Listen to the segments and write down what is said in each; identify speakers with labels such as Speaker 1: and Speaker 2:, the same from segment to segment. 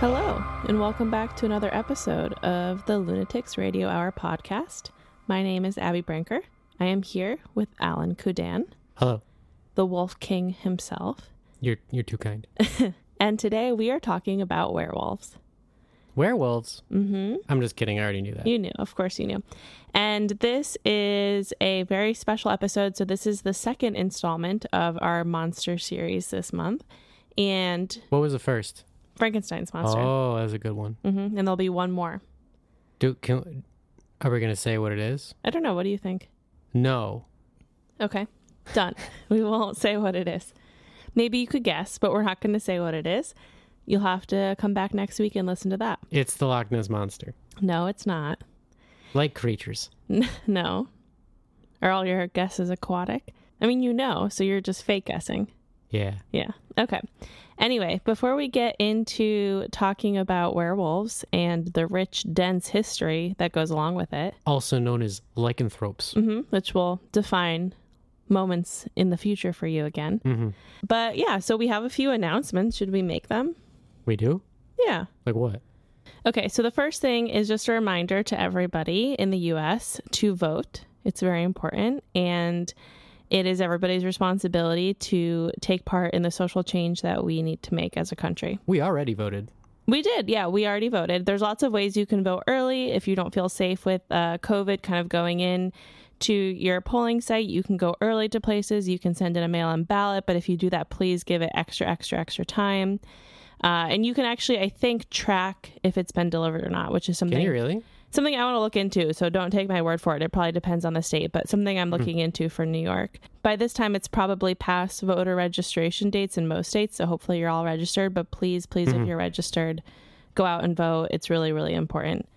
Speaker 1: Hello, and welcome back to another episode of the Lunatics Radio Hour podcast. My name is Abby Brinker. I am here with Alan Kudan,
Speaker 2: Hello.
Speaker 1: the Wolf King himself,
Speaker 2: You're you're too kind.
Speaker 1: and today we are talking about werewolves.
Speaker 2: Werewolves.
Speaker 1: hmm
Speaker 2: I'm just kidding. I already knew that.
Speaker 1: You knew, of course, you knew. And this is a very special episode. So, this is the second installment of our monster series this month, and
Speaker 2: What was the first?
Speaker 1: Frankenstein's monster.
Speaker 2: Oh, that was a good one.
Speaker 1: hmm And there'll be one more.
Speaker 2: Do can are we gonna say what it is?
Speaker 1: I don't know. What do you think?
Speaker 2: No.
Speaker 1: Okay, done. we won't say what it is. Maybe you could guess, but we're not going to say what it is. You'll have to come back next week and listen to that.
Speaker 2: It's the Loch Ness monster.
Speaker 1: No, it's not.
Speaker 2: Like creatures.
Speaker 1: no. Are all your guesses aquatic? I mean, you know, so you're just fake guessing.
Speaker 2: Yeah.
Speaker 1: Yeah. Okay. Anyway, before we get into talking about werewolves and the rich, dense history that goes along with it,
Speaker 2: Also known as lycanthropes.
Speaker 1: hmm which will define moments in the future for you again.
Speaker 2: Mhm.
Speaker 1: But yeah, so we have a few announcements. Should we make them?
Speaker 2: We do?
Speaker 1: Yeah.
Speaker 2: Like what?
Speaker 1: Okay, so the first thing is just a reminder to everybody in the US to vote. It's very important. And it is everybody's responsibility to take part in the social change that we need to make as a country.
Speaker 2: We already voted.
Speaker 1: We did. Yeah, we already voted. There's lots of ways you can vote early if you don't feel safe with uh, COVID kind of going in to your polling site. You can go early to places. You can send in a mail in ballot. But if you do that, please give it extra, extra, extra time. Uh, and you can actually, I think, track if it's been delivered or not, which is something
Speaker 2: Can you really?
Speaker 1: something I want to look into. So don't take my word for it. It probably depends on the state, but something I'm looking into for New York. By this time, it's probably past voter registration dates in most states. So hopefully you're all registered. But please, please, if you're registered, go out and vote. It's really, really important.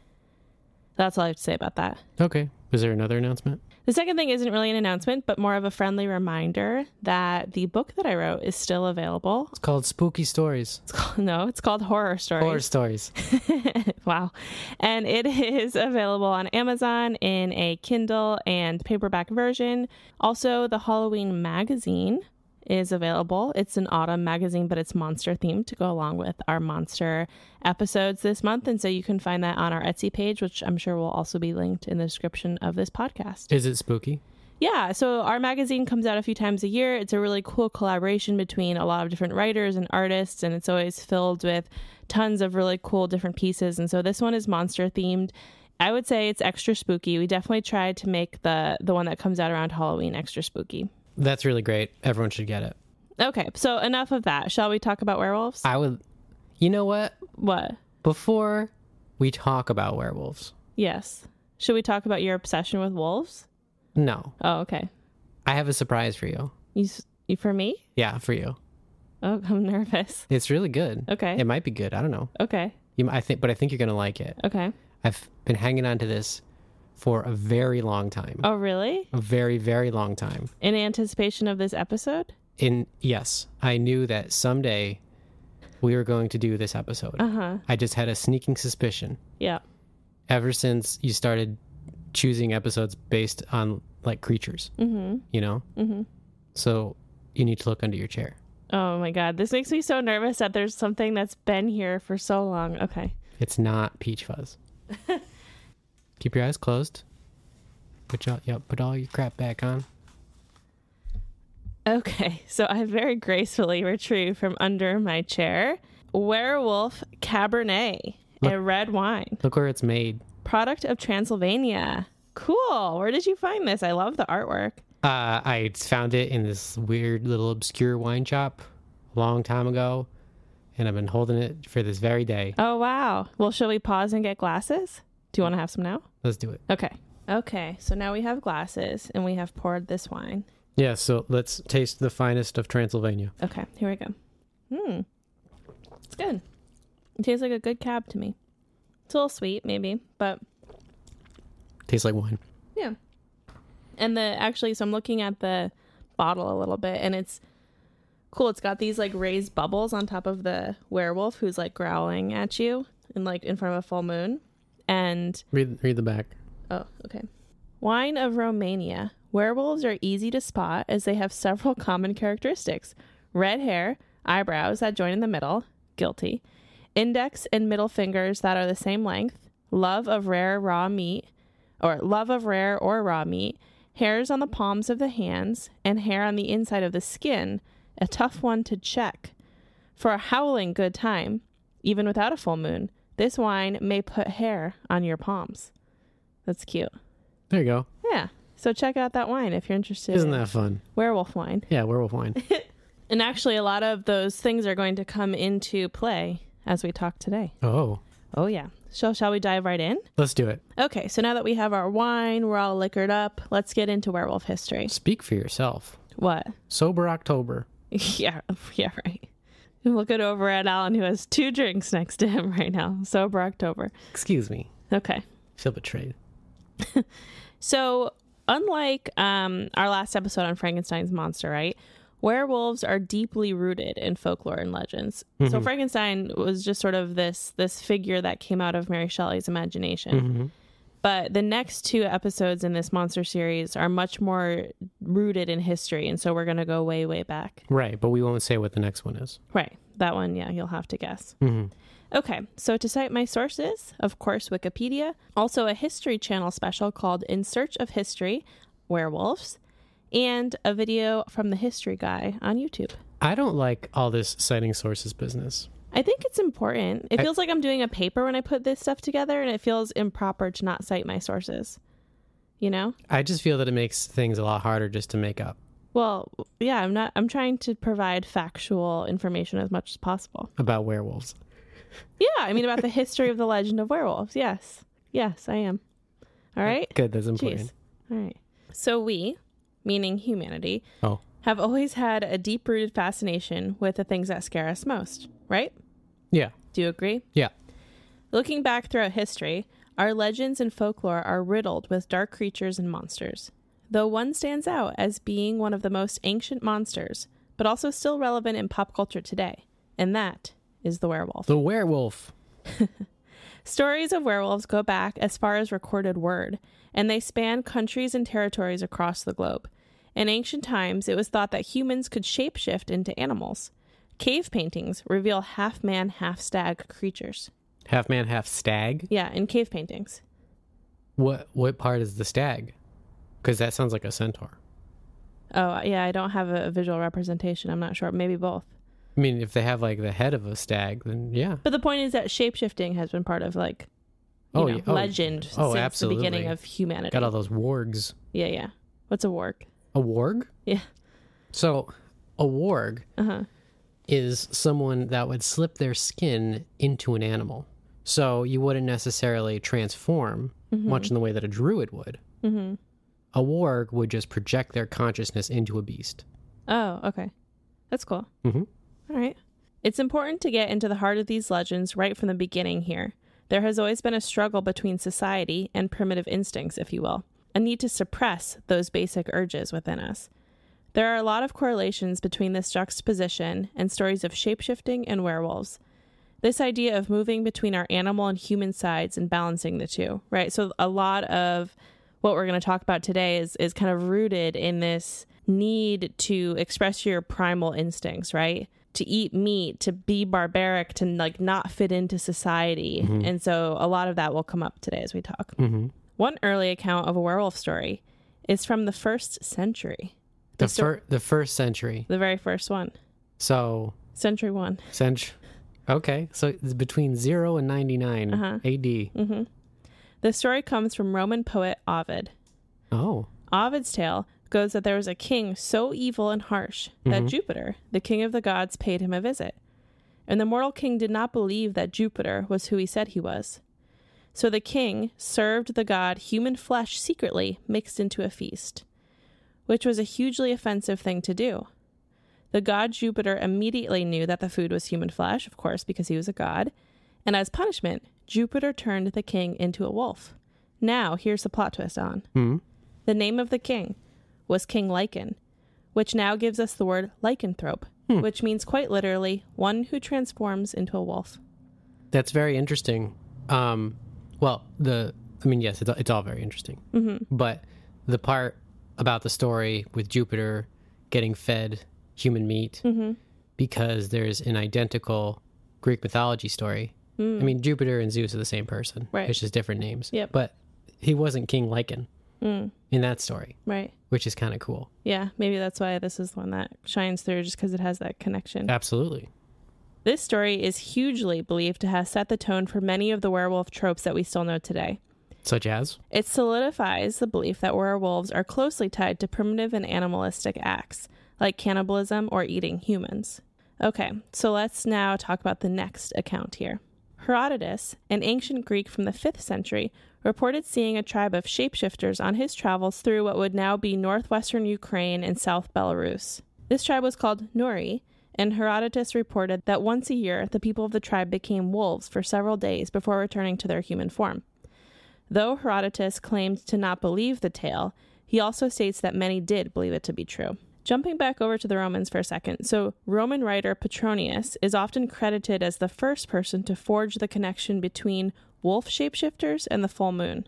Speaker 1: That's all I have to say about that.
Speaker 2: Okay. Was there another announcement?
Speaker 1: The second thing isn't really an announcement, but more of a friendly reminder that the book that I wrote is still available.
Speaker 2: It's called Spooky Stories.
Speaker 1: It's called, no, it's called Horror Stories.
Speaker 2: Horror stories.
Speaker 1: wow. And it is available on Amazon in a Kindle and paperback version. Also, the Halloween magazine is available. It's an autumn magazine, but it's monster themed to go along with our monster episodes this month. And so you can find that on our Etsy page, which I'm sure will also be linked in the description of this podcast.
Speaker 2: Is it spooky?
Speaker 1: Yeah, so our magazine comes out a few times a year. It's a really cool collaboration between a lot of different writers and artists, and it's always filled with tons of really cool different pieces. And so this one is monster themed. I would say it's extra spooky. We definitely tried to make the the one that comes out around Halloween extra spooky.
Speaker 2: That's really great. Everyone should get it.
Speaker 1: Okay, so enough of that. Shall we talk about werewolves?
Speaker 2: I would you know what?
Speaker 1: what?
Speaker 2: Before we talk about werewolves.
Speaker 1: Yes. Should we talk about your obsession with wolves?
Speaker 2: No.
Speaker 1: Oh, okay.
Speaker 2: I have a surprise for you.
Speaker 1: You, s- you for me?
Speaker 2: Yeah, for you.
Speaker 1: Oh, I'm nervous.
Speaker 2: It's really good.
Speaker 1: Okay.
Speaker 2: It might be good. I don't know.
Speaker 1: Okay.
Speaker 2: You, m- I think, but I think you're gonna like it.
Speaker 1: Okay.
Speaker 2: I've been hanging on to this for a very long time.
Speaker 1: Oh, really?
Speaker 2: A very, very long time.
Speaker 1: in anticipation of this episode?
Speaker 2: In yes, I knew that someday we were going to do this episode.
Speaker 1: Uh huh.
Speaker 2: I just had a sneaking suspicion
Speaker 1: Yeah.
Speaker 2: ever since you started choosing episodes based on like creatures.
Speaker 1: hmm
Speaker 2: You know.
Speaker 1: Mhm.
Speaker 2: So you need to look under your chair.
Speaker 1: Oh my God. This makes me so nervous that there's something that's been here for so long. Okay.
Speaker 2: It's not peach fuzz. Keep your eyes closed. Put your, yep, put all your crap back on.
Speaker 1: Okay. So I very gracefully retrieve from under my chair Werewolf Cabernet, a red wine,
Speaker 2: Look where it's made.
Speaker 1: product of Transylvania. Cool. Where did you find this? I love the artwork.
Speaker 2: Uh, I found it in this weird little obscure wine shop a long time ago, and I've been holding it for this very day.
Speaker 1: Oh, wow. Well, shall we pause and get glasses? Do you want to have some now?
Speaker 2: Let's do it.
Speaker 1: Okay. Okay. So now we have glasses and we have poured this wine.
Speaker 2: Yeah, so let's taste the finest of Transylvania.
Speaker 1: Okay, here we go. Hmm. It's good. It tastes like a good cab to me. It's a little sweet, maybe, but
Speaker 2: Tastes like wine.
Speaker 1: yeah. And the actually, so I'm looking at the bottle a little bit, and it's cool. It's got these like raised bubbles on top of the werewolf who's like growling at you and like in front of a full moon. And
Speaker 2: Read, read the back.
Speaker 1: Oh, okay. Wine of Romania. Werewolves are easy to spot as they have several common characteristics red hair, eyebrows that join in the middle, guilty, index and middle fingers that are the same length, love of rare raw meat, or love of rare or raw meat, hairs on the palms of the hands, and hair on the inside of the skin, a tough one to check. For a howling good time, even without a full moon, this wine may put hair on your palms. That's cute.
Speaker 2: There you go.
Speaker 1: Yeah. So check out that wine if you're interested.
Speaker 2: Isn't
Speaker 1: in
Speaker 2: that fun?
Speaker 1: werewolf wine?
Speaker 2: Yeah, werewolf wine.
Speaker 1: And actually, a lot of those things are going to come into play as we talk today.
Speaker 2: Oh,
Speaker 1: Oh, yeah. So, shall we dive right in?
Speaker 2: let's do it.
Speaker 1: Okay, so now that we have our wine, we're all liquored up, let's get into werewolf history.
Speaker 2: Speak for yourself.
Speaker 1: What?
Speaker 2: Sober October.
Speaker 1: Yeah, yeah, right. Look it over at Alan, who has two drinks next to him right now. Sober October.
Speaker 2: Excuse me.
Speaker 1: Okay.
Speaker 2: Feel betrayed.
Speaker 1: So, unlike um, our last episode on Frankenstein's monster, right? Werewolves are deeply rooted in folklore and legends. So Frankenstein was just sort of this this figure that came out of Mary Shelley's imagination. But the next two episodes in this monster series are much more rooted in history, and so we're going to go way way back.
Speaker 2: Right, but we won't say what the next one is.
Speaker 1: Right. That one, yeah, you'll have to guess. Okay, so to cite my sources, of course, Wikipedia, also a History Channel special called In Search of History Werewolves, and a video from the History Guy on YouTube.
Speaker 2: I don't like all this citing sources business.
Speaker 1: I think it's important. It feels like I'm doing a paper when I put this stuff together, and it feels improper to not cite my sources. You know?
Speaker 2: I just feel that it makes things a lot harder just to make up
Speaker 1: Well, yeah, I'm not, I'm trying to provide factual information as much as possible.
Speaker 2: about werewolves.
Speaker 1: Yeah, I mean, about the history of the legend of werewolves. Yes. Yes, I am. All right.
Speaker 2: Good, that's important.
Speaker 1: Jeez. All right. So we, meaning humanity,
Speaker 2: Oh,
Speaker 1: have always had a deep rooted fascination with the things that scare us most, right?
Speaker 2: yeah,
Speaker 1: Do you agree?
Speaker 2: yeah.
Speaker 1: Looking back throughout history, our legends and folklore are riddled with dark creatures and monsters. Though one stands out as being one of the most ancient monsters, but also still relevant in pop culture today, and that is the werewolf.
Speaker 2: The werewolf.
Speaker 1: Stories of werewolves go back as far as recorded word, and they span countries and territories across the globe. In ancient times, it was thought that humans could shapeshift into animals. Cave paintings reveal half man, half stag creatures.
Speaker 2: Half man, half stag.
Speaker 1: Yeah, in cave paintings.
Speaker 2: What what part is the stag? Because that sounds like a centaur.
Speaker 1: Oh, yeah, I don't have a visual representation. I'm not sure. Maybe both.
Speaker 2: I mean, if they have like the head of a stag, then yeah.
Speaker 1: But the point is that shapeshifting has been part of, like, you
Speaker 2: Oh,
Speaker 1: know,
Speaker 2: yeah. Oh,
Speaker 1: legend
Speaker 2: oh,
Speaker 1: since the
Speaker 2: absolutely.
Speaker 1: beginning of humanity.
Speaker 2: Got all those wargs.
Speaker 1: yeah, yeah. What's a warg?
Speaker 2: A warg?
Speaker 1: Yeah.
Speaker 2: So a warg
Speaker 1: Uh huh.
Speaker 2: is someone that would slip their skin into an animal. So you wouldn't necessarily transform much in the way that a druid would.
Speaker 1: Mm
Speaker 2: A warg would just project their consciousness into a beast.
Speaker 1: hmm. Oh, okay. That's cool.
Speaker 2: Mm-hmm.
Speaker 1: All right. It's important to get into the heart of these legends right from the beginning here. There has always been a struggle between society and primitive instincts, if you will, a need to suppress those basic urges within us. There are a lot of correlations between this juxtaposition and stories of shapeshifting and werewolves. This idea of moving between our animal and human sides and balancing the two, right? So a lot of what we're going to talk about today is is kind of rooted in this need to express your primal instincts, right? To eat meat, to be barbaric, to like not fit into society. And so a lot of that will come up today as we talk. One early account of a werewolf story is from the first century,
Speaker 2: The,
Speaker 1: sto-
Speaker 2: fir- the first century.
Speaker 1: the very first one,
Speaker 2: So,
Speaker 1: century one.
Speaker 2: cent- okay. So it's between 0 and 99 AD.
Speaker 1: The story comes from Roman poet Ovid.
Speaker 2: Oh,
Speaker 1: Ovid's tale goes that there was a king so evil and harsh that Jupiter, the king of the gods, paid him a visit. And the mortal king did not believe that Jupiter was who he said he was. So the king served the god human flesh secretly mixed into a feast, which was a hugely offensive thing to do. The god Jupiter immediately knew that the food was human flesh, of course, because he was a god, and as punishment, Jupiter turned the king into a wolf. Now, here's the plot twist on.
Speaker 2: Hmm.
Speaker 1: The name of the king was King Lycan, which now gives us the word lycanthrope, which means quite literally one who transforms into a wolf.
Speaker 2: that's very interesting. Um, well, the, I mean, yes, it's, it's all very interesting. Mm-hmm. But the part about the story with Jupiter getting fed human meat because there's an identical Greek mythology story. I mean, Jupiter and Zeus are the same person.
Speaker 1: Right.
Speaker 2: It's just different names.
Speaker 1: Yep.
Speaker 2: But he wasn't King Lycan in that story,
Speaker 1: Right.
Speaker 2: which is kind of cool.
Speaker 1: Yeah. Maybe that's why this is the one that shines through just because it has that connection.
Speaker 2: Absolutely.
Speaker 1: This story is hugely believed to have set the tone for many of the werewolf tropes that we still know today.
Speaker 2: Such as?
Speaker 1: It solidifies the belief that werewolves are closely tied to primitive and animalistic acts, like cannibalism or eating humans. Okay, so let's now talk about the next account here. Herodotus, an ancient Greek from the 5th century, reported seeing a tribe of shapeshifters on his travels through what would now be northwestern Ukraine and south Belarus. This tribe was called Nuri, and Herodotus reported that once a year the people of the tribe became wolves for several days before returning to their human form. Though Herodotus claimed to not believe the tale, he also states that many did believe it to be true. Jumping back over to the Romans for a second, so Roman writer Petronius is often credited as the first person to forge the connection between wolf shapeshifters and the full moon.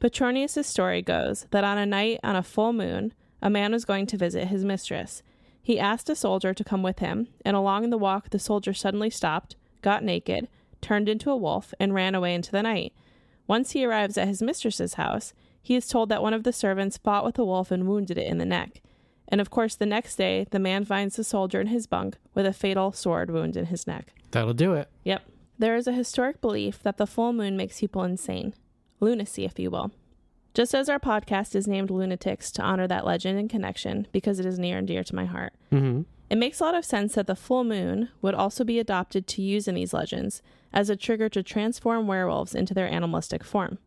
Speaker 1: Petronius' story goes that on a night on a full moon, a man was going to visit his mistress. He asked a soldier to come with him, and along the walk, the soldier suddenly stopped, got naked, turned into a wolf, and ran away into the night. Once he arrives at his mistress's house, he is told that one of the servants fought with a wolf and wounded it in the neck. And of course, the next day, the man finds the soldier in his bunk with a fatal sword wound in his neck.
Speaker 2: That'll do it.
Speaker 1: Yep. There is a historic belief that the full moon makes people insane. Lunacy, if you will. Just as our podcast is named Lunatics to honor that legend and connection because it is near and dear to my heart,
Speaker 2: Mm-hmm.
Speaker 1: it makes a lot of sense that the full moon would also be adopted to use in these legends as a trigger to transform werewolves into their animalistic form.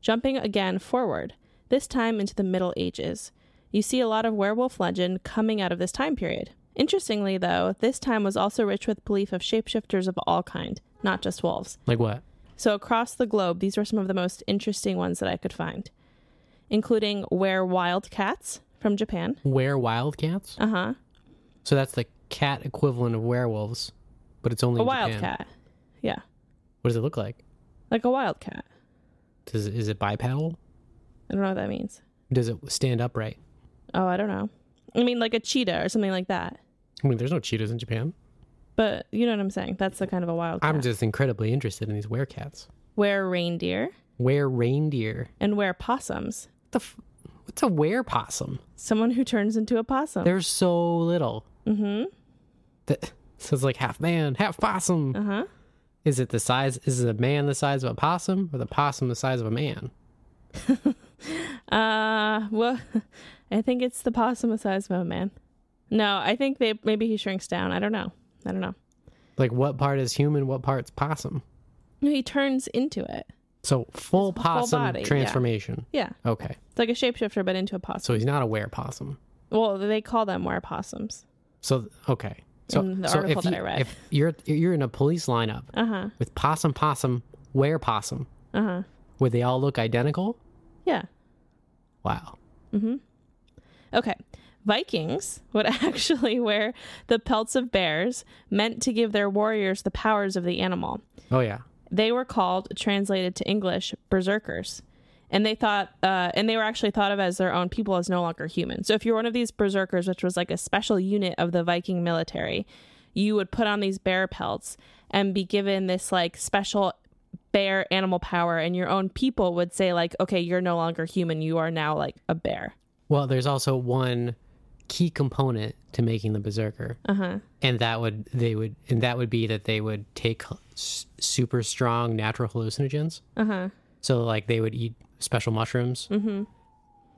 Speaker 1: Jumping again forward, this time into the Middle Ages, you see a lot of werewolf legend coming out of this time period. Interestingly, though, this time was also rich with belief of shapeshifters of all kind, not just wolves.
Speaker 2: Like what?
Speaker 1: So, across the globe, these were some of the most interesting ones that I could find, including were wild cats from Japan.
Speaker 2: Were wildcats?
Speaker 1: Uh huh.
Speaker 2: So that's the cat equivalent of werewolves, but it's only
Speaker 1: A
Speaker 2: in Japan.
Speaker 1: wild cat. Yeah.
Speaker 2: What does it look like?
Speaker 1: Like a wildcat.
Speaker 2: Does it, is it bipedal?
Speaker 1: I don't know what that means.
Speaker 2: Does it stand upright?
Speaker 1: Oh, I don't know. I mean, like a cheetah or something like that.
Speaker 2: I mean, there's no cheetahs in Japan.
Speaker 1: But you know what I'm saying? That's the kind of a wild
Speaker 2: I'm
Speaker 1: cat.
Speaker 2: just incredibly interested in these werecats.
Speaker 1: Where reindeer
Speaker 2: Were reindeer.
Speaker 1: and where possums.
Speaker 2: What the f- what's a were possum?
Speaker 1: Someone who turns into a possum.
Speaker 2: There's so little. Mm-hmm. so it's like half man, half possum.
Speaker 1: Uh huh.
Speaker 2: Is it the size? Is the man the size of a possum, or the possum the size of a man?
Speaker 1: Uh, well, I think it's the possum the size of a man. No, I think they maybe he shrinks down. I don't know. I don't know.
Speaker 2: Like what part is human? What part's possum?
Speaker 1: No, he turns into it.
Speaker 2: So full possum
Speaker 1: body, yeah.
Speaker 2: transformation.
Speaker 1: Yeah,
Speaker 2: Okay,
Speaker 1: it's like a shapeshifter, but into a possum.
Speaker 2: so he's not a were possum.
Speaker 1: well, they call them were possums.
Speaker 2: So okay. So,
Speaker 1: In the
Speaker 2: so
Speaker 1: article
Speaker 2: if
Speaker 1: that
Speaker 2: you,
Speaker 1: I read.
Speaker 2: if you're you're in a police lineup
Speaker 1: Uh huh.
Speaker 2: with possum, possum, were possum,
Speaker 1: Uh huh.
Speaker 2: would they all look identical?
Speaker 1: Yeah.
Speaker 2: Wow.
Speaker 1: Okay. Vikings would actually wear the pelts of bears meant to give their warriors the powers of the animal.
Speaker 2: Oh yeah.
Speaker 1: They were called, translated to English, berserkers. And they thought, uh, and they were actually thought of as their own people as no longer human. So if you're one of these berserkers, which was like a special unit of the Viking military, you would put on these bear pelts and be given this like special bear animal power. And your own people would say, like, okay, you're no longer human. You are now like a bear.
Speaker 2: Well, there's also one key component to making the berserker,
Speaker 1: Uh-huh.
Speaker 2: and that would they would and that would be that they would take s- super strong natural hallucinogens. Uh huh.
Speaker 1: Uh-huh.
Speaker 2: So like they would eat special mushrooms,
Speaker 1: Mm-hmm.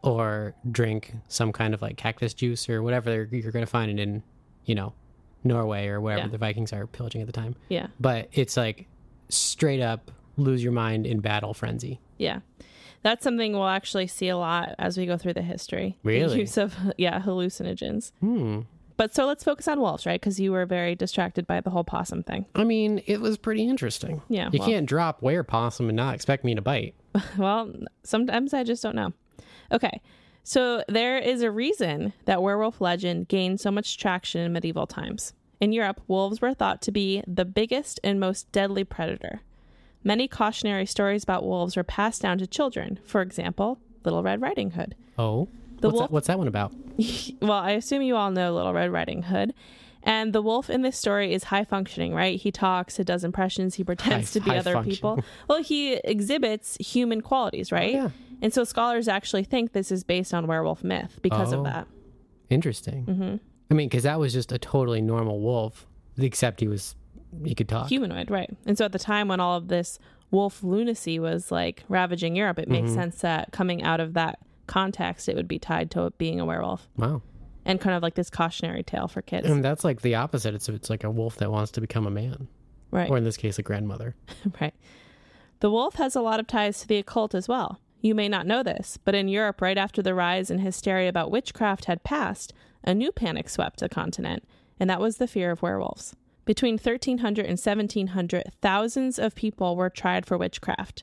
Speaker 2: or drink some kind of like cactus juice or whatever they're- you're going to find it in, you know, Norway or wherever
Speaker 1: Yeah.
Speaker 2: the Vikings are pillaging at the time.
Speaker 1: Yeah.
Speaker 2: But it's like straight up lose your mind in battle frenzy.
Speaker 1: Yeah. That's something we'll actually see a lot as we go through the history. The
Speaker 2: Really?
Speaker 1: use of yeah, hallucinogens. Hmm. But so let's focus on wolves, right? Because you were very distracted by the whole possum thing.
Speaker 2: I mean, it was pretty interesting.
Speaker 1: Yeah,
Speaker 2: You
Speaker 1: well-
Speaker 2: can't drop where possum and not expect me to bite.
Speaker 1: Well, sometimes I just don't know. Okay. So there is a reason that werewolf legend gained so much traction in medieval times. In Europe, wolves were thought to be the biggest and most deadly predator. Many cautionary stories about wolves were passed down to children. For example, Little Red Riding Hood.
Speaker 2: Oh. what's,
Speaker 1: wolf-
Speaker 2: that, what's that one about?
Speaker 1: well, I assume you all know Little Red Riding Hood. And the wolf in this story is high functioning, right? He talks, he does impressions, he pretends
Speaker 2: High-
Speaker 1: to be
Speaker 2: high
Speaker 1: other people. Well, he exhibits human qualities, right?
Speaker 2: yeah.
Speaker 1: And so scholars actually think this is based on werewolf myth because
Speaker 2: Oh.
Speaker 1: of that.
Speaker 2: Interesting. Mm-hmm. I mean, because that was just a totally normal wolf, except he was he could talk.
Speaker 1: Humanoid, right. And so at the time when all of this wolf lunacy was like ravaging Europe, it
Speaker 2: Mm-hmm.
Speaker 1: makes sense that coming out of that context, it would be tied to it being a werewolf
Speaker 2: wow.
Speaker 1: and kind of like this cautionary tale for kids.
Speaker 2: And that's like the opposite. It's it's like a wolf that wants to become a man,
Speaker 1: right.
Speaker 2: or in this case, a grandmother.
Speaker 1: Right. The wolf has a lot of ties to the occult as well. You may not know this, but in Europe, right after the rise and hysteria about witchcraft had passed, a new panic swept the continent, and that was the fear of werewolves. Between 1300 and 1700, thousands of people were tried for witchcraft.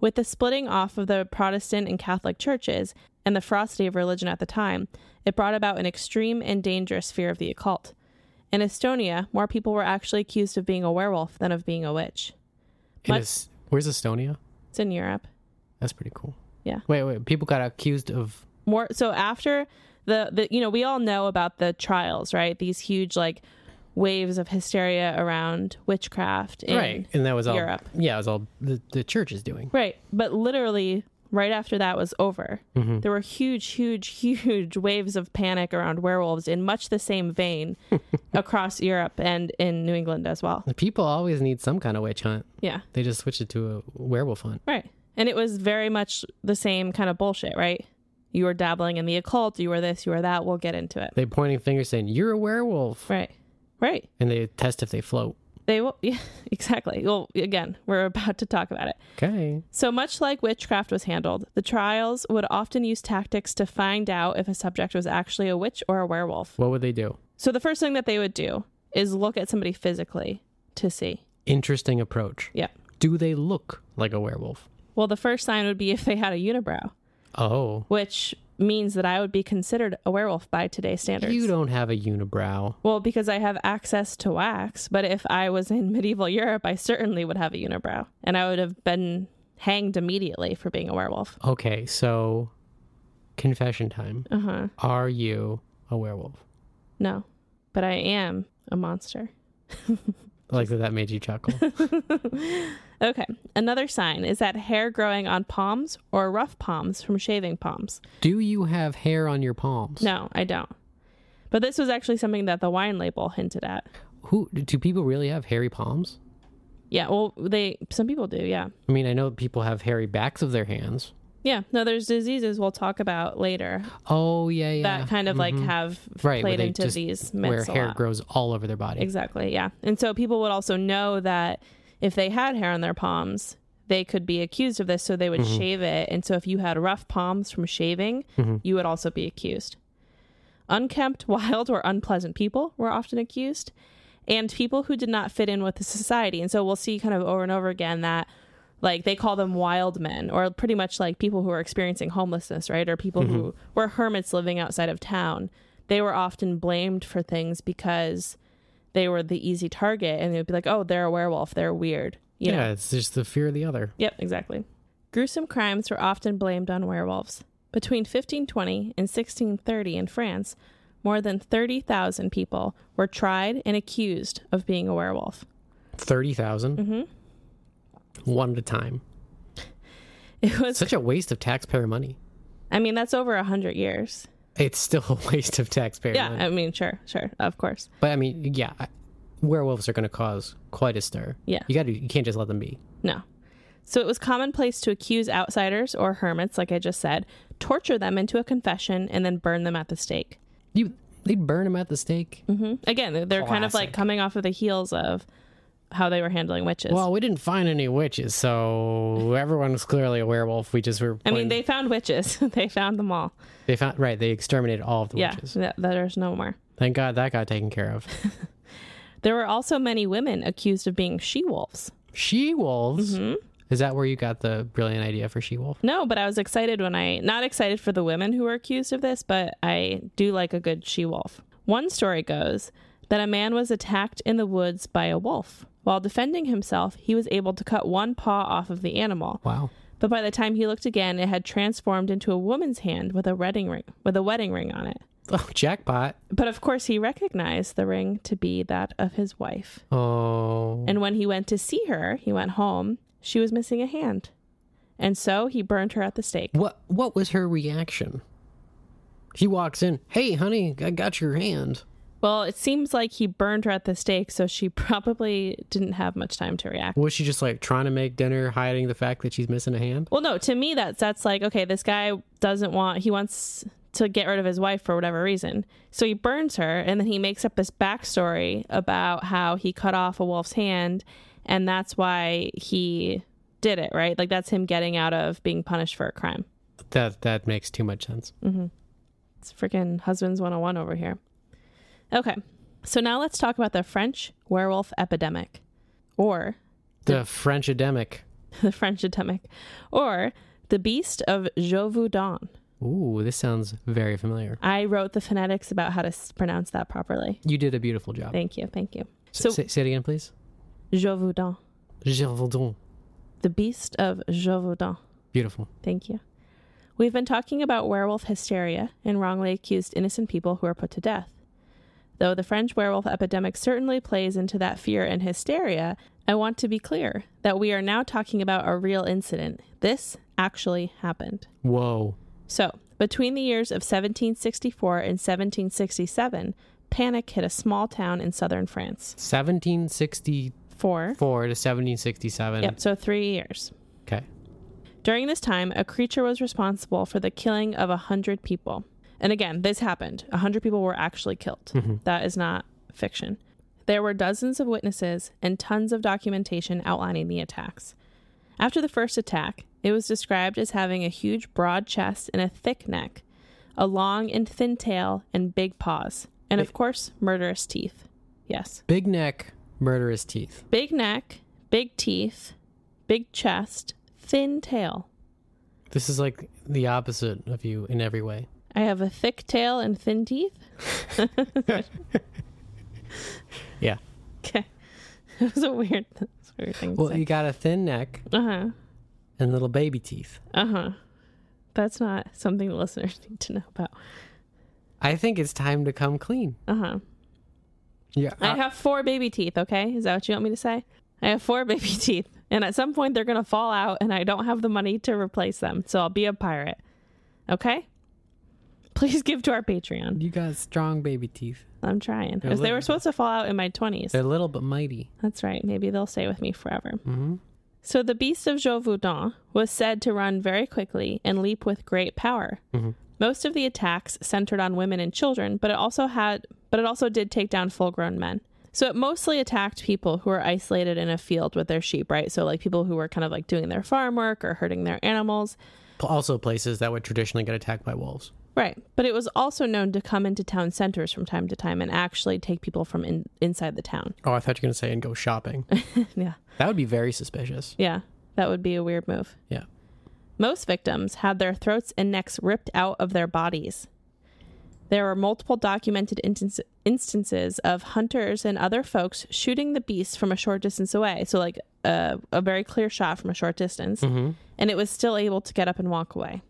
Speaker 1: With the splitting off of the Protestant and Catholic churches and the ferocity of religion at the time, it brought about an extreme and dangerous fear of the occult. In Estonia, more people were actually accused of being a werewolf than of being a witch.
Speaker 2: And
Speaker 1: What?
Speaker 2: it's- where's Estonia?
Speaker 1: It's in Europe.
Speaker 2: That's pretty cool.
Speaker 1: Yeah.
Speaker 2: Wait, wait. People got accused of
Speaker 1: More so after the, the you know, we all know about the trials, right? These huge like waves of hysteria around witchcraft in
Speaker 2: right, and that was all.
Speaker 1: Europe.
Speaker 2: Yeah, it was all the, the church is doing.
Speaker 1: Right. But literally right after that was over, there were huge, huge, huge waves of panic around werewolves in much the same vein across Europe and in New England as well.
Speaker 2: The people always need some kind of witch hunt.
Speaker 1: Yeah.
Speaker 2: They just switched it to a werewolf hunt.
Speaker 1: Right. And it was very much the same kind of bullshit, right? You were dabbling in the occult, you were this, you were that, we'll get into it.
Speaker 2: They pointing fingers saying, "You're a werewolf,"
Speaker 1: Right. Right.
Speaker 2: and they test if they float.
Speaker 1: They will, yeah, exactly. Well, again, we're about to talk about it.
Speaker 2: Okay.
Speaker 1: So, much like witchcraft was handled, the trials would often use tactics to find out if a subject was actually a witch or a werewolf.
Speaker 2: What would they do?
Speaker 1: So, the first thing that they would do is look at somebody physically to see.
Speaker 2: Interesting approach.
Speaker 1: Yeah.
Speaker 2: Do they look like a werewolf?
Speaker 1: Well, the first sign would be if they had a unibrow,
Speaker 2: Oh,
Speaker 1: which means that I would be considered a werewolf by today's standards.
Speaker 2: you don't have a unibrow.
Speaker 1: well, because I have access to wax, but if I was in medieval Europe, I certainly would have a unibrow and I would have been hanged immediately for being a werewolf.
Speaker 2: Okay, so confession time.
Speaker 1: Uh huh.
Speaker 2: Are you a werewolf?
Speaker 1: No, but I am a monster.
Speaker 2: I Like that, that made you chuckle.
Speaker 1: Okay. Another sign is that hair growing on palms or rough palms from shaving palms.
Speaker 2: do you have hair on your palms?
Speaker 1: No, I don't. But this was actually something that the wine label hinted at.
Speaker 2: Who do people really have hairy palms?
Speaker 1: Yeah, well, they some people do, yeah.
Speaker 2: I mean, I know people have hairy backs of their hands.
Speaker 1: Yeah, no, there's diseases we'll talk about later
Speaker 2: Oh yeah, yeah. Mm-hmm.
Speaker 1: that kind of like have
Speaker 2: right, where
Speaker 1: played
Speaker 2: they
Speaker 1: into
Speaker 2: just-
Speaker 1: these
Speaker 2: where
Speaker 1: myths a
Speaker 2: hair
Speaker 1: lot.
Speaker 2: grows all over their body.
Speaker 1: Exactly, yeah. And so people would also know that if they had hair on their palms, they could be accused of this, so they would shave it. And so if you had rough palms from shaving, you would also be accused. Unkempt, wild, or unpleasant people were often accused, and people who did not fit in with the society. And so we'll see kind of over and over again that like they call them wild men or pretty much like people who are experiencing homelessness right or people who were hermits living outside of town they were often blamed for things because they were the easy target and they would be like oh they're a werewolf they're weird you
Speaker 2: yeah,
Speaker 1: know
Speaker 2: it's just the fear of the other.
Speaker 1: Yep, exactly. Gruesome crimes were often blamed on werewolves. Between 1520 and 1630 in France, more than 30,000 people were tried and accused of being a werewolf.
Speaker 2: Thirty
Speaker 1: Mm-hmm.
Speaker 2: One at a time.
Speaker 1: It was,
Speaker 2: Such a waste of taxpayer money.
Speaker 1: I mean, that's over a 100 years.
Speaker 2: It's still a waste of taxpayer
Speaker 1: Yeah,
Speaker 2: money.
Speaker 1: I mean, sure, sure, of course.
Speaker 2: But I mean, yeah, I- werewolves are going to cause quite a stir.
Speaker 1: Yeah.
Speaker 2: you got to you can't just let them be.
Speaker 1: No. So it was commonplace to accuse outsiders or hermits, like I just said, torture them into a confession, and then burn them at the stake.
Speaker 2: You they'd burn them at the stake.
Speaker 1: Mm-hmm. Again, they're they're kind of like
Speaker 2: Classic.
Speaker 1: coming off of the heels of how they were handling witches.
Speaker 2: Well, we didn't find any witches, so everyone was clearly a werewolf. We just were.
Speaker 1: I mean, they found witches. they found them all.
Speaker 2: they found right. They exterminated all of the
Speaker 1: Yeah,
Speaker 2: witches.
Speaker 1: th- there's no more.
Speaker 2: Thank God that got taken care of.
Speaker 1: There were also many women accused of being she wolves.
Speaker 2: she wolves.
Speaker 1: Mm-hmm.
Speaker 2: Is that where you got the brilliant idea for she wolf?
Speaker 1: No, but I was excited when I, not excited for the women who were accused of this, but I do like a good she wolf. One story goes that a man was attacked in the woods by a wolf. While defending himself, he was able to cut one paw off of the animal,
Speaker 2: Wow.
Speaker 1: but by the time he looked again, it had transformed into a woman's hand with a wedding ring, with a wedding ring on it.
Speaker 2: Oh, jackpot.
Speaker 1: But of course, he recognized the ring to be that of his wife.
Speaker 2: Oh.
Speaker 1: And when he went to see her, he went home, she was missing a hand. And so he burned her at the stake.
Speaker 2: What what was her reaction? He walks in. Hey, honey, I got your hand.
Speaker 1: Well, it seems like he burned her at the stake, so she probably didn't have much time to react.
Speaker 2: Was she just like trying to make dinner, hiding the fact that she's missing a hand?
Speaker 1: Well, no, to me that's that's like okay, this guy doesn't want he wants to get rid of his wife for whatever reason. So he burns her and then he makes up this backstory about how he cut off a wolf's hand and that's why he did it, right? Like that's him getting out of being punished for a crime.
Speaker 2: That that makes too much sense.
Speaker 1: It's freaking husbands 101 over here. Okay. So now let's talk about the French werewolf epidemic or
Speaker 2: The French endemic.
Speaker 1: the French epidemic or the beast of Jovudan.
Speaker 2: Ooh, this sounds very familiar.
Speaker 1: I wrote the phonetics about how to s- pronounce that properly.
Speaker 2: You did a beautiful job.
Speaker 1: Thank you. Thank you.
Speaker 2: So,
Speaker 1: So
Speaker 2: say, say it again, please.
Speaker 1: Jovudan,
Speaker 2: Girvaudan.
Speaker 1: the beast of Jovudan.
Speaker 2: Beautiful.
Speaker 1: Thank you. We've been talking about werewolf hysteria and wrongly accused innocent people who are put to death. Though the French werewolf epidemic certainly plays into that fear and hysteria, I want to be clear that we are now talking about a real incident. This actually happened.
Speaker 2: Whoa.
Speaker 1: So, between the years of 1764 and 1767, panic hit a small town in southern France.
Speaker 2: 1764
Speaker 1: Four.
Speaker 2: to 1767.
Speaker 1: Yep, so three years.
Speaker 2: Okay.
Speaker 1: During this time, a creature was responsible for the killing of a 100 people. And again, this happened. A 100 people were actually killed. That is not fiction. There were dozens of witnesses and tons of documentation outlining the attacks. After the first attack, it was described as having a huge, broad chest and a thick neck, a long and thin tail, and big paws, and of course, murderous teeth. Yes.
Speaker 2: Big neck, murderous teeth.
Speaker 1: Big neck, big teeth, big chest, thin tail.
Speaker 2: This is like the opposite of you in every way.
Speaker 1: I have a thick tail and thin teeth.
Speaker 2: Yeah.
Speaker 1: Okay. That was a weird, that was a weird thing to
Speaker 2: Well,
Speaker 1: say.
Speaker 2: you got a thin neck
Speaker 1: Uh huh.
Speaker 2: and little baby teeth.
Speaker 1: Uh huh. That's not something the listeners need to know about.
Speaker 2: I think it's time to come clean.
Speaker 1: Uh huh.
Speaker 2: Yeah.
Speaker 1: I have four baby teeth, okay? Is that what you want me to say? I have four baby teeth. And at some point, they're going to fall out, and I don't have the money to replace them. So I'll be a pirate. Okay? Please give to our Patreon.
Speaker 2: you got strong baby teeth.
Speaker 1: I'm trying. 'Cause they were supposed to fall out in my 20s.
Speaker 2: They're little but mighty.
Speaker 1: That's right. Maybe they'll stay with me forever. So the beast of Jovudan was said to run very quickly and leap with great power. Most of the attacks centered on women and children, but it also had but it also did take down full-grown men. So it mostly attacked people who were isolated in a field with their sheep, right? So like people who were kind of like doing their farm work or herding their animals.
Speaker 2: P- Also, places that would traditionally get attacked by wolves.
Speaker 1: Right. But it was also known to come into town centers from time to time and actually take people from in, inside the town.
Speaker 2: Oh, I thought you were going to say and go shopping.
Speaker 1: yeah.
Speaker 2: that would be very suspicious.
Speaker 1: Yeah. That would be a weird move.
Speaker 2: Yeah.
Speaker 1: Most victims had their throats and necks ripped out of their bodies. There were multiple documented instance- instances of hunters and other folks shooting the beast from a short distance away. So, like a, a very clear shot from a short distance. And it was still able to get up and walk away.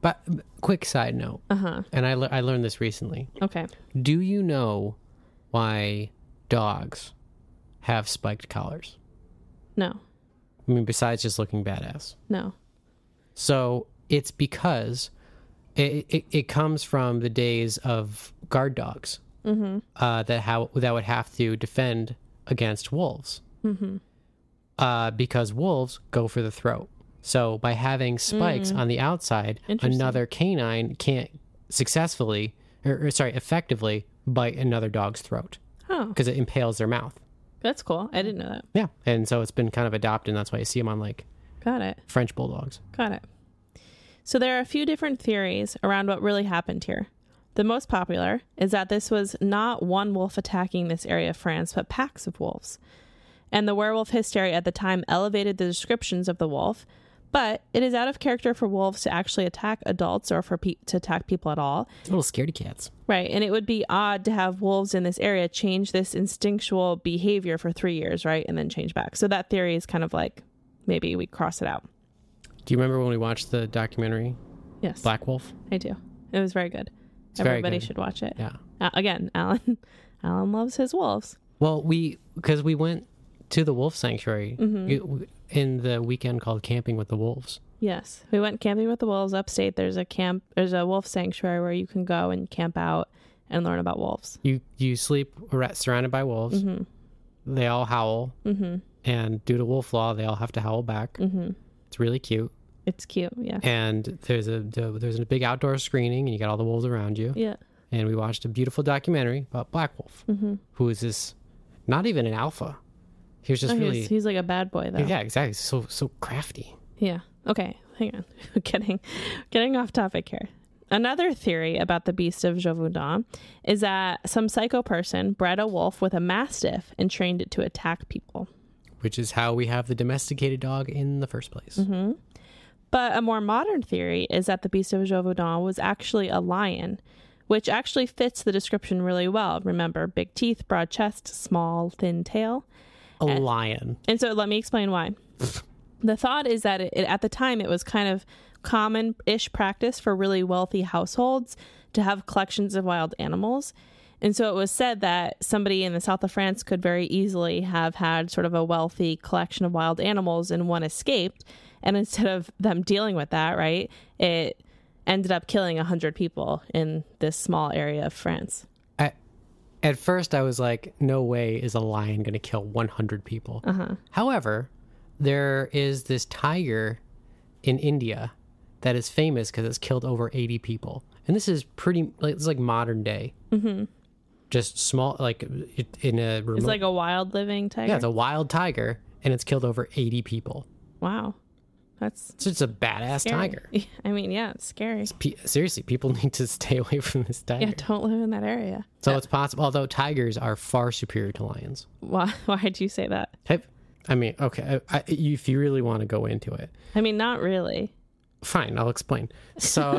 Speaker 2: But b- quick side note. Uh-huh. And I, le- I learned this recently.
Speaker 1: Okay.
Speaker 2: Do you know why dogs have spiked collars?
Speaker 1: No,
Speaker 2: I mean, besides just looking badass.
Speaker 1: no.
Speaker 2: So it's because it, it, it comes from the days of guard dogs uh, that how that would have to defend against wolves uh, because wolves go for the throat. So by having spikes on the outside, another canine can't successfully or, or sorry effectively bite another dog's throat
Speaker 1: Oh,
Speaker 2: because it impales their mouth.
Speaker 1: that's cool. I didn't know that.
Speaker 2: Yeah, and so it's been kind of adopted. And that's why you see them on like
Speaker 1: Got it.
Speaker 2: French bulldogs.
Speaker 1: Got it. So there are a few different theories around what really happened here. The most popular is that this was not one wolf attacking this area of France, but packs of wolves. And the werewolf hysteria at the time elevated the descriptions of the wolf, but it is out of character for wolves to actually attack adults or for pe- to attack people at all.
Speaker 2: Little scaredy cats.
Speaker 1: Right. And it would be odd to have wolves in this area change this instinctual behavior for three years, right? And then change back. So that theory is kind of like maybe we cross it out.
Speaker 2: Do you remember when we watched the documentary
Speaker 1: Yes.
Speaker 2: Black Wolf?
Speaker 1: I do. It was very good.
Speaker 2: very
Speaker 1: Everybody
Speaker 2: good.
Speaker 1: should watch it.
Speaker 2: Yeah.
Speaker 1: Uh, again, Alan. Alan loves his wolves.
Speaker 2: Well, we because we went to the wolf sanctuary you- in the weekend called Camping with the Wolves.
Speaker 1: Yes, we went camping with the wolves upstate. There's a camp. There's a wolf sanctuary where you can go and camp out and learn about wolves.
Speaker 2: You you sleep ar- surrounded by wolves. They all howl, mm-hmm. and due to wolf law, they all have to howl back. Mm-hmm. It's really cute.
Speaker 1: It's cute. Yeah.
Speaker 2: And there's a the- there's a big outdoor screening, and you got all the wolves around you.
Speaker 1: Yeah.
Speaker 2: And we watched a beautiful documentary about Black Wolf, who is this not even an alpha. He was just
Speaker 1: Oh,
Speaker 2: really
Speaker 1: he's, he's like a bad boy though.
Speaker 2: yeah exactly so so crafty.
Speaker 1: Yeah. Okay. Hang on. getting getting off topic here. Another theory about the beast of Jovundon is that some psycho person bred a wolf with a mastiff and trained it to attack people.
Speaker 2: which is how we have the domesticated dog in the first place.
Speaker 1: Mm-hmm. But a more modern theory is that the beast of Jovundon was actually a lion, which actually fits the description really well. Remember, big teeth, broad chest, small, thin tail.
Speaker 2: A lion.
Speaker 1: And so let me explain why. the thought is that it, it- at the time it was kind of common ish practice for really wealthy households to have collections of wild animals. And so it was said that somebody in the south of France could very easily have had sort of a wealthy collection of wild animals and one escaped. And instead of them dealing with that, right, it ended up killing 100 people in this small area of France.
Speaker 2: At, at first, I was like, no way is a lion going to kill 100 people.
Speaker 1: Uh-huh.
Speaker 2: However, there is this tiger in India that is famous because it's killed over 80 people. And this is pretty, like, it's like modern day. Mm-hmm. Just small, like it, in a remote.
Speaker 1: It's like a wild living tiger.
Speaker 2: yeah, it's a wild tiger and it's killed over 80 people.
Speaker 1: wow. That's
Speaker 2: So it's a badass
Speaker 1: scary.
Speaker 2: tiger.
Speaker 1: I mean, yeah, it's scary.
Speaker 2: P- seriously, people need to stay away from this tiger.
Speaker 1: Yeah, don't live in that area.
Speaker 2: So it's possible, although tigers are far superior to lions.
Speaker 1: Why? Why'd you say that?
Speaker 2: Have- I mean, okay, I, I, if you really want to go into it,
Speaker 1: I mean, not really.
Speaker 2: fine, I'll explain. So,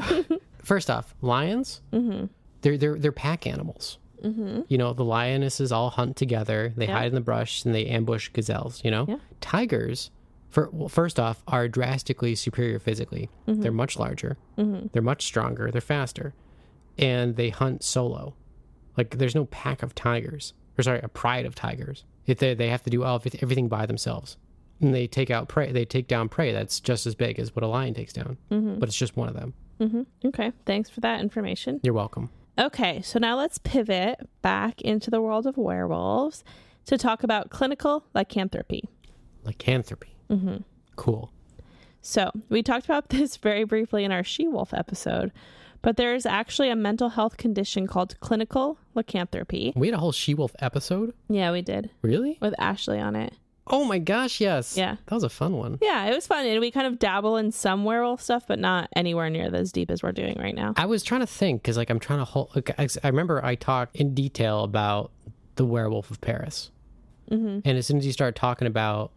Speaker 2: first off, lions, they're, they're, they're pack animals. You know, the lionesses all hunt together, they hide in the brush, and they ambush gazelles, you know?
Speaker 1: Yeah.
Speaker 2: Tigers, for, well, first off, are drastically superior physically. They're much larger, they're much stronger, they're faster, and they hunt solo. Like there's no pack of tigers, or sorry, a pride of tigers. If they they have to do all everything by themselves, and they take out prey, they take down prey that's just as big as what a lion takes down, but it's just one of them.
Speaker 1: Okay, thanks for that information.
Speaker 2: You're welcome.
Speaker 1: Okay, so now let's pivot back into the world of werewolves to talk about clinical lycanthropy.
Speaker 2: Lycanthropy. Mm-hmm. Cool.
Speaker 1: So, we talked about this very briefly in our she wolf episode, but there is actually a mental health condition called clinical lycanthropy.
Speaker 2: We had a whole she wolf episode.
Speaker 1: Yeah, we did
Speaker 2: Really?
Speaker 1: with Ashley on it.
Speaker 2: Oh my gosh! Yes.
Speaker 1: Yeah.
Speaker 2: That was a fun one.
Speaker 1: Yeah, it was fun. And we kind of dabble in some werewolf stuff, but not anywhere near as deep as we're doing right now.
Speaker 2: I was trying to think because like I'm trying to hold. Like, I I remember I talked in detail about the Werewolf of Paris, mm-hmm. and as soon as you start talking about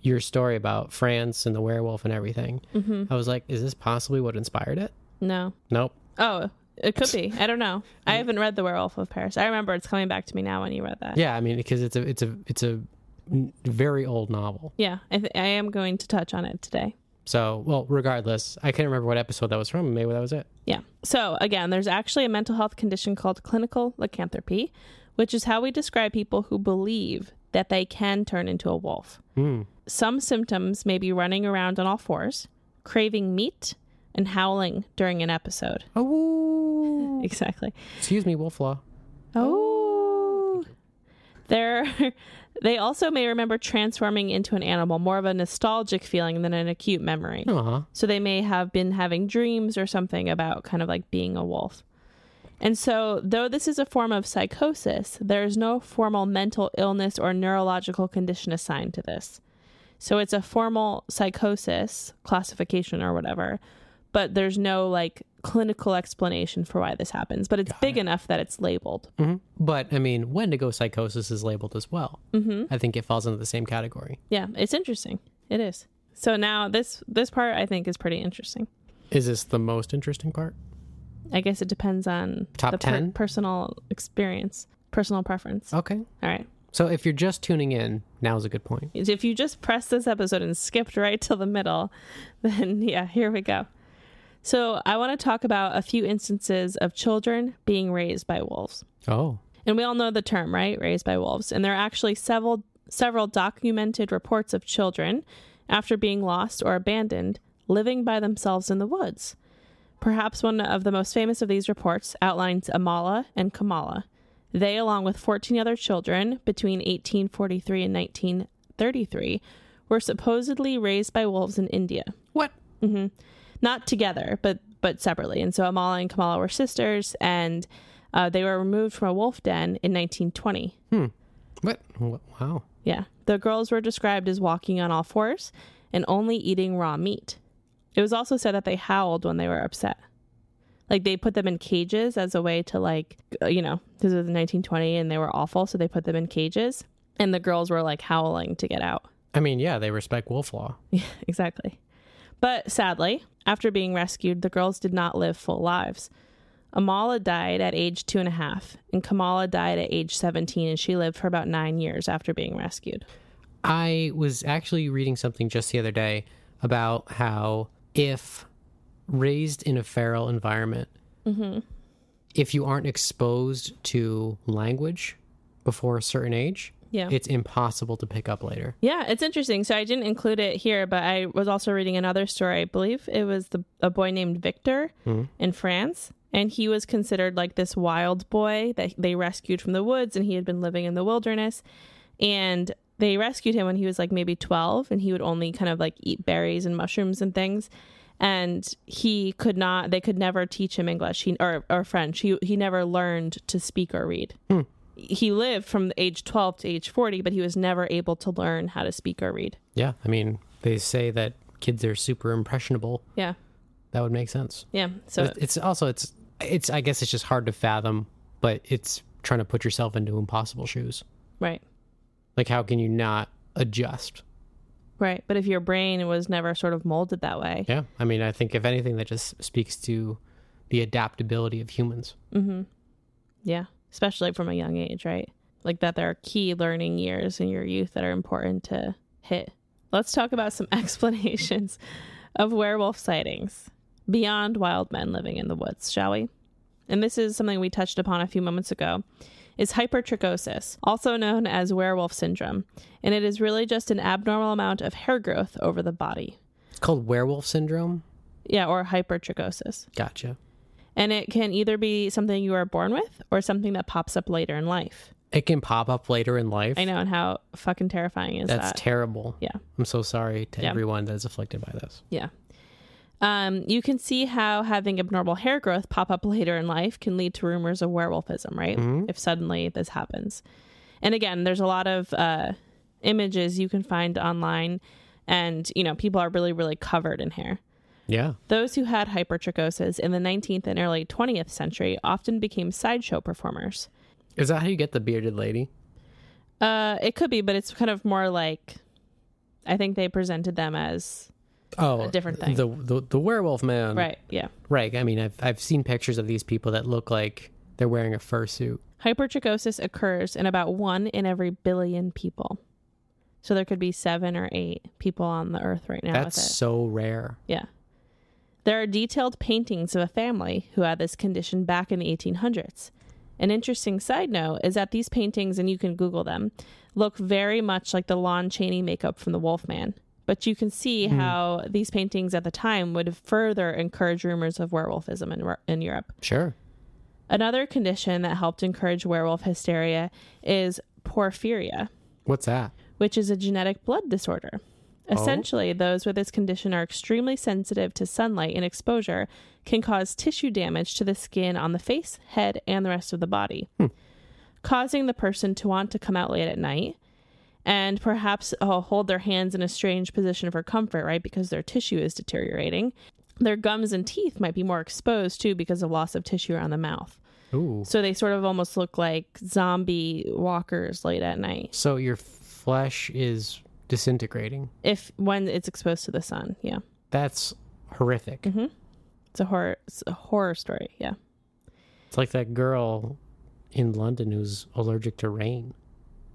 Speaker 2: your story about France and the werewolf and everything, I was like, is this possibly what inspired it?
Speaker 1: No.
Speaker 2: Nope.
Speaker 1: Oh, it could be. I don't know. I
Speaker 2: Mm.
Speaker 1: haven't read The Werewolf of Paris. I remember it's coming back to me now when you read that.
Speaker 2: Yeah, I mean because it's a it's a it's a n- very old novel.
Speaker 1: Yeah, I, th- I am going to touch on it today.
Speaker 2: So well, regardless, I can't remember what episode that was from. Maybe that was it.
Speaker 1: Yeah. So, again, there's actually a mental health condition called clinical lycanthropy, which is how we describe people who believe that they can turn into a wolf.
Speaker 2: Hmm.
Speaker 1: Some symptoms may be running around on all fours, craving meat, and howling during an episode.
Speaker 2: Oh,
Speaker 1: Exactly.
Speaker 2: excuse me, wolf law.
Speaker 1: Oh. They're, they also may remember transforming into an animal, more of a nostalgic feeling than an acute memory.
Speaker 2: Aw,
Speaker 1: So they may have been having dreams or something about kind of like being a wolf. And so, though this is a form of psychosis, there is no formal mental illness or neurological condition assigned to this. So it's a formal psychosis classification or whatever, but there's no like clinical explanation for why this happens. But it's big enough that it's labeled.
Speaker 2: But I mean, Wendigo psychosis is labeled as well. Mm-hmm. I think it falls into the same category.
Speaker 1: Yeah, it's interesting. It is. So now this this part I think is pretty interesting.
Speaker 2: Is this the most interesting part?
Speaker 1: I guess it depends on
Speaker 2: Top
Speaker 1: the per-
Speaker 2: 10?
Speaker 1: personal experience, personal preference.
Speaker 2: Okay.
Speaker 1: All right.
Speaker 2: So if you're just tuning in, now's a good point.
Speaker 1: If you just pressed this episode and skipped right till the middle, then yeah, here we go. So I want to talk about a few instances of children being raised by wolves.
Speaker 2: Oh,
Speaker 1: And we all know the term, right? Raised by wolves. And there are actually several several documented reports of children after being lost or abandoned living by themselves in the woods. Perhaps one of the most famous of these reports outlines Amala and Kamala. They, along with 14 other children between 1843 and 1933, were supposedly raised by wolves in India
Speaker 2: what?
Speaker 1: not together, but but separately. And so Amala and Kamala were sisters, and uh, they were removed from a wolf den in 1920.
Speaker 2: What? Wh- Wow.
Speaker 1: Yeah, the girls were described as walking on all fours and only eating raw meat. It was also said that they howled when they were upset. Like they put them in cages as a way to like uh, you know this was 1920 and they were awful, so they put them in cages, and the girls were like howling to get out.
Speaker 2: I mean, yeah, they respect wolf law.
Speaker 1: exactly. But sadly, after being rescued, the girls did not live full lives. Amala died at age two and a half, and Kamala died at age 17, and she lived for about nine years after being rescued.
Speaker 2: I was actually reading something just the other day about how if raised in a feral environment, if you aren't exposed to language before a certain age,
Speaker 1: Yeah.
Speaker 2: it's impossible to pick up later.
Speaker 1: Yeah, it's interesting. So I didn't include it here, but I was also reading another story. I believe it was the a boy named Victor in France, and he was considered like this wild boy that they rescued from the woods, and he had been living in the wilderness, and they rescued him when he was like maybe 12 and he would only kind of like eat berries and mushrooms and things and he could not they could never teach him english he, or, or french he, he never learned to speak or read he lived from age 12 to age 40, but he was never able to learn how to speak or read.
Speaker 2: Yeah, I mean, they say that kids are super impressionable.
Speaker 1: Yeah.
Speaker 2: That would make sense.
Speaker 1: Yeah. So,
Speaker 2: But it's also it's it's I guess it's just hard to fathom, but it's trying to put yourself into impossible shoes.
Speaker 1: right.
Speaker 2: Like how can you not adjust?
Speaker 1: Right. But if your brain was never sort of molded that way,
Speaker 2: Yeah. I mean, I think if anything that just speaks to the adaptability of humans.
Speaker 1: yeah, especially from a young age, right? Like that there are key learning years in your youth that are important to hit. Let's talk about some explanations of werewolf sightings beyond wild men living in the woods, shall we? And this is something we touched upon a few moments ago. Is hypertrichosis, also known as werewolf syndrome, and it is really just an abnormal amount of hair growth over the body.
Speaker 2: It's called werewolf syndrome.
Speaker 1: Yeah, or hypertrichosis.
Speaker 2: Gotcha.
Speaker 1: And it can either be something you are born with or something that pops up later in life.
Speaker 2: It can pop up later in life.
Speaker 1: I know, and how fucking terrifying is
Speaker 2: That's
Speaker 1: that?
Speaker 2: terrible.
Speaker 1: Yeah.
Speaker 2: I'm so sorry to everyone that is afflicted by this.
Speaker 1: yeah. Um, you can see how having abnormal hair growth pop up later in life can lead to rumors of werewolfism, right? If suddenly this happens. And again, there's a lot of uh, images you can find online, and you know people are really, really covered in hair.
Speaker 2: Yeah.
Speaker 1: Those who had hypertrichosis in the 19th and early 20th century often became sideshow performers.
Speaker 2: Is that how you get the bearded lady?
Speaker 1: Uh, it could be, but it's kind of more like I think they presented them as
Speaker 2: Oh,
Speaker 1: A different thing.
Speaker 2: The the, the werewolf man.
Speaker 1: right, yeah.
Speaker 2: Right. I mean, I've I've seen pictures of these people that look like they're wearing a fursuit.
Speaker 1: Hypertrichosis occurs in about one in every billion people. So there could be seven or eight people on the earth right now
Speaker 2: That's
Speaker 1: with it.
Speaker 2: so rare.
Speaker 1: Yeah. There are detailed paintings of a family who had this condition back in the 1800s. An interesting side note is that these paintings, and you can Google them, look very much like the Lon Chaney makeup from The Wolfman. But you can see how these paintings at the time would further encourage rumors of werewolfism in, Ru- in Europe.
Speaker 2: Sure.
Speaker 1: Another condition that helped encourage werewolf hysteria is porphyria,
Speaker 2: What's that?
Speaker 1: which is a genetic blood disorder. Essentially, those with this condition are extremely sensitive to sunlight and exposure can cause tissue damage to the skin on the face, head, and the rest of the body, causing the person to want to come out late at night and perhaps uh, hold their hands in a strange position for comfort, right? Because their tissue is deteriorating. Their gums and teeth might be more exposed too because of loss of tissue around the mouth.
Speaker 2: Ooh.
Speaker 1: So they sort of almost look like zombie walkers late at night
Speaker 2: So your flesh is disintegrating.
Speaker 1: if when it's exposed to the sun. Yeah.
Speaker 2: That's horrific.
Speaker 1: Mm-hmm. It's a horror it's a horror story. Yeah.
Speaker 2: It's like that girl in London who's allergic to rain.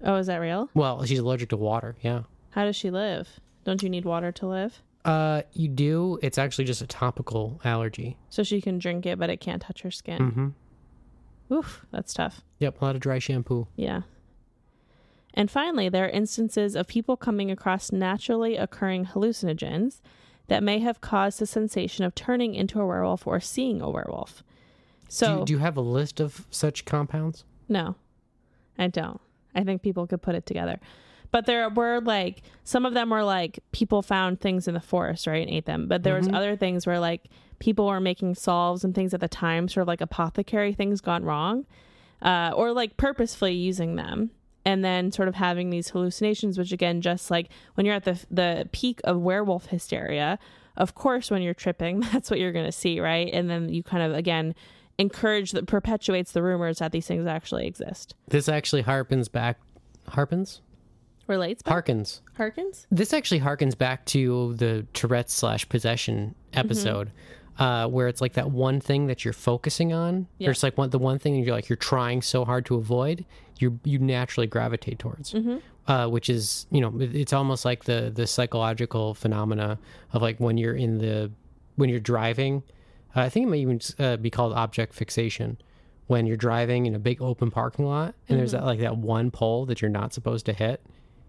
Speaker 1: Oh, is that real?
Speaker 2: Well, she's allergic to water. Yeah.
Speaker 1: How does she live? Don't you need water to live?
Speaker 2: Uh, you do. It's actually just a topical allergy.
Speaker 1: So she can drink it, but it can't touch her skin.
Speaker 2: Mm-hmm. Hmm.
Speaker 1: Oof, that's tough.
Speaker 2: Yep, a lot of dry shampoo.
Speaker 1: Yeah. And finally, there are instances of people coming across naturally occurring hallucinogens that may have caused the sensation of turning into a werewolf or seeing a werewolf.
Speaker 2: do,
Speaker 1: So,
Speaker 2: you, do you have a list of such compounds?
Speaker 1: no, I don't. I think people could put it together. But there were like, some of them were like people found things in the forest, right, and ate them. But there was other things where like people were making solves and things at the time, sort of like apothecary things gone wrong. uh, or like purposefully using them and then sort of having these hallucinations which again just like when you're at the the peak of werewolf hysteria of course when you're tripping that's what you're going to see right and then you kind of again encourage that perpetuates the rumors that these things actually exist
Speaker 2: This actually harpens back. Harpens?
Speaker 1: relates back
Speaker 2: Harkens.
Speaker 1: harkins
Speaker 2: This actually harkens back to the Tourette slash possession episode, uh, where it's like that one thing that you're focusing on,
Speaker 1: Yeah.
Speaker 2: or it's like one, the one thing you're like you're trying so hard to avoid, you you naturally gravitate towards, uh, which is you know it- it's almost like the the psychological phenomena of like when you're in the when you're driving, uh, I think it might even uh, be called object fixation. When you're driving in a big open parking lot, and there's that like that one pole that you're not supposed to hit,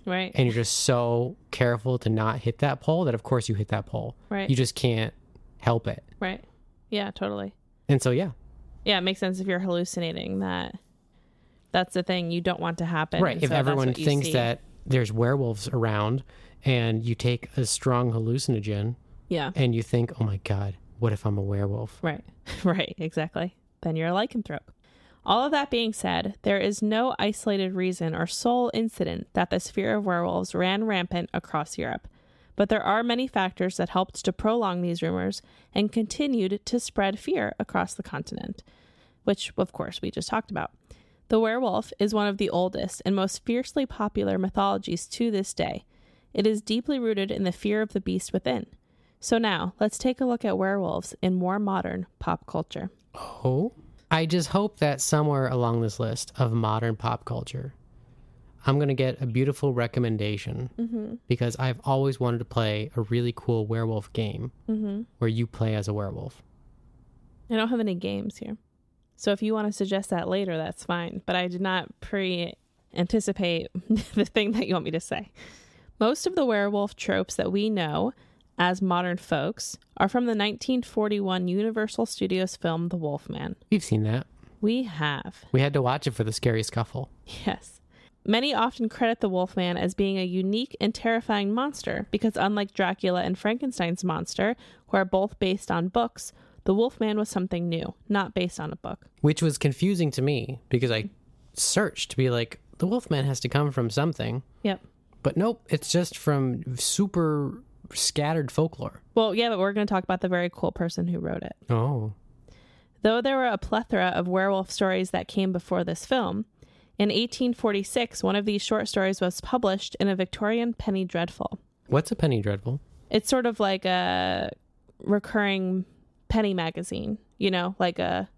Speaker 1: right
Speaker 2: and you're just so careful to not hit that pole that of course you hit that pole.
Speaker 1: Right.
Speaker 2: You just can't help it.
Speaker 1: right yeah totally
Speaker 2: And so yeah.
Speaker 1: yeah it makes sense if you're hallucinating that that's the thing you don't want to happen
Speaker 2: Right.
Speaker 1: and
Speaker 2: if
Speaker 1: so that's
Speaker 2: everyone
Speaker 1: what you
Speaker 2: thinks
Speaker 1: see.
Speaker 2: that there's werewolves around and you take a strong hallucinogen
Speaker 1: yeah
Speaker 2: and you think, "Oh my god, what if I'm a werewolf?"
Speaker 1: Right. Right. Exactly. Then you're a lycanthrope. All of that being said, there is no isolated reason or sole incident that the sphere of werewolves ran rampant across Europe. But there are many factors that helped to prolong these rumors and continued to spread fear across the continent, which, of course, we just talked about. The werewolf is one of the oldest and most fiercely popular mythologies to this day. It is deeply rooted in the fear of the beast within. So now, let's take a look at werewolves in more modern pop culture.
Speaker 2: Oh. I just hope that somewhere along this list of modern pop culture, I'm going to get a beautiful recommendation
Speaker 1: Mm-hmm.
Speaker 2: because I've always wanted to play a really cool werewolf game
Speaker 1: Mm-hmm.
Speaker 2: where you play as a werewolf.
Speaker 1: I don't have any games here. So if you want to suggest that later, that's fine. But I did not pre anticipate the thing that you want me to say. Most of the werewolf tropes that we know as modern folks are from the 1941 Universal Studios film The Wolfman.
Speaker 2: We've seen that.
Speaker 1: We have
Speaker 2: We had to watch it for the scary scuffle.
Speaker 1: Yes. Many often credit the Wolfman as being a unique and terrifying monster because, unlike Dracula and Frankenstein's monster, who are both based on books, the Wolfman was something new, not based on a book.
Speaker 2: which was confusing to me because I searched to be like, the Wolfman has to come from something,
Speaker 1: Yep.
Speaker 2: but nope, it's just from super scattered folklore.
Speaker 1: Well, yeah, but we're going to talk about the very cool person who wrote it.
Speaker 2: Oh,
Speaker 1: Though there were a plethora of werewolf stories that came before this film, in 1846, one of these short stories was published in a Victorian Penny Dreadful.
Speaker 2: what's a penny dreadful?
Speaker 1: It's sort of like a recurring penny magazine, you know, like a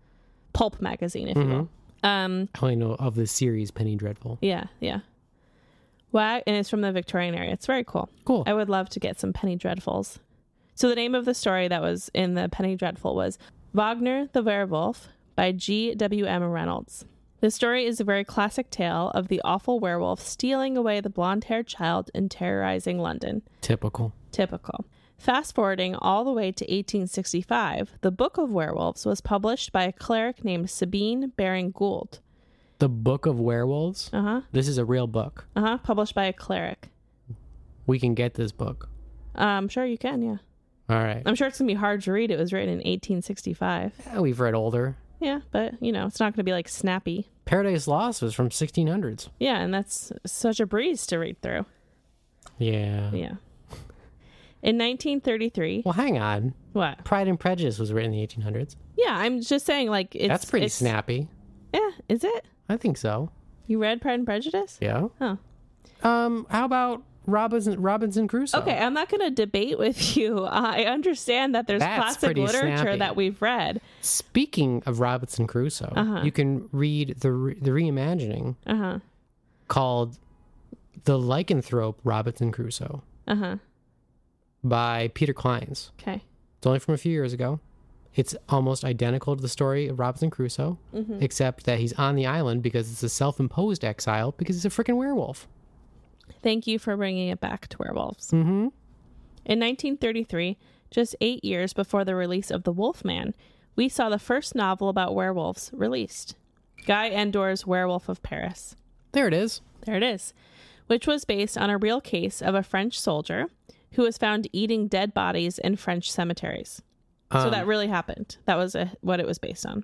Speaker 1: pulp magazine, if you will. Um,
Speaker 2: I only know of the series Penny Dreadful.
Speaker 1: yeah, yeah. Wow, and it's from the Victorian area. It's very cool.
Speaker 2: Cool.
Speaker 1: I would love to get some penny dreadfuls. So the name of the story that was in the penny dreadful was Wagner the Werewolf by G. W. M. Reynolds. The story is a very classic tale of the awful werewolf stealing away the blonde-haired child and terrorizing London.
Speaker 2: Typical.
Speaker 1: Typical. Fast forwarding all the way to 1865, the Book of Werewolves was published by a cleric named Sabine Baring Gould.
Speaker 2: The Book of Werewolves.
Speaker 1: Uh huh.
Speaker 2: This is a real book.
Speaker 1: Uh huh. Published by a cleric.
Speaker 2: We can get this book.
Speaker 1: Uh, I'm sure you can, yeah.
Speaker 2: All right.
Speaker 1: I'm sure it's going to be hard to read. It was written in 1865.
Speaker 2: Yeah, we've read older.
Speaker 1: Yeah, but, you know, it's not going to be like snappy.
Speaker 2: Paradise Lost was from 1600s.
Speaker 1: Yeah, and that's such a breeze to read through.
Speaker 2: Yeah.
Speaker 1: Yeah. In 1933,
Speaker 2: Well, hang on.
Speaker 1: what?
Speaker 2: Pride and Prejudice was written in the 1800s.
Speaker 1: Yeah, I'm just saying, like, it's.
Speaker 2: That's pretty
Speaker 1: it's,
Speaker 2: snappy.
Speaker 1: Yeah, is it?
Speaker 2: I think so.
Speaker 1: You read Pride and Prejudice?
Speaker 2: Yeah.
Speaker 1: Huh.
Speaker 2: Um, how about Robinson Robinson Crusoe?
Speaker 1: Okay, I'm not going to debate with you. I understand that there's
Speaker 2: That's
Speaker 1: classic
Speaker 2: pretty
Speaker 1: literature
Speaker 2: snappy.
Speaker 1: that we've read.
Speaker 2: Speaking of Robinson Crusoe,
Speaker 1: Uh-huh.
Speaker 2: you can read the re- the reimagining
Speaker 1: Uh huh.
Speaker 2: called "The Lycanthrope Robinson Crusoe"
Speaker 1: Uh huh.
Speaker 2: by Peter Kleins.
Speaker 1: uh-huh, Okay.
Speaker 2: It's only from a few years ago. It's almost identical to the story of Robinson Crusoe,
Speaker 1: Mm-hmm.
Speaker 2: except that he's on the island because it's a self imposed exile because he's a freaking werewolf.
Speaker 1: Thank you for bringing it back to werewolves.
Speaker 2: Mm-hmm.
Speaker 1: In 1933, just eight years before the release of The Wolfman, we saw the first novel about werewolves released Guy Endor's Werewolf of Paris.
Speaker 2: There it is.
Speaker 1: There it is, which was based on a real case of a French soldier who was found eating dead bodies in French cemeteries. so
Speaker 2: Um,
Speaker 1: that really happened. That was a, what it was based on.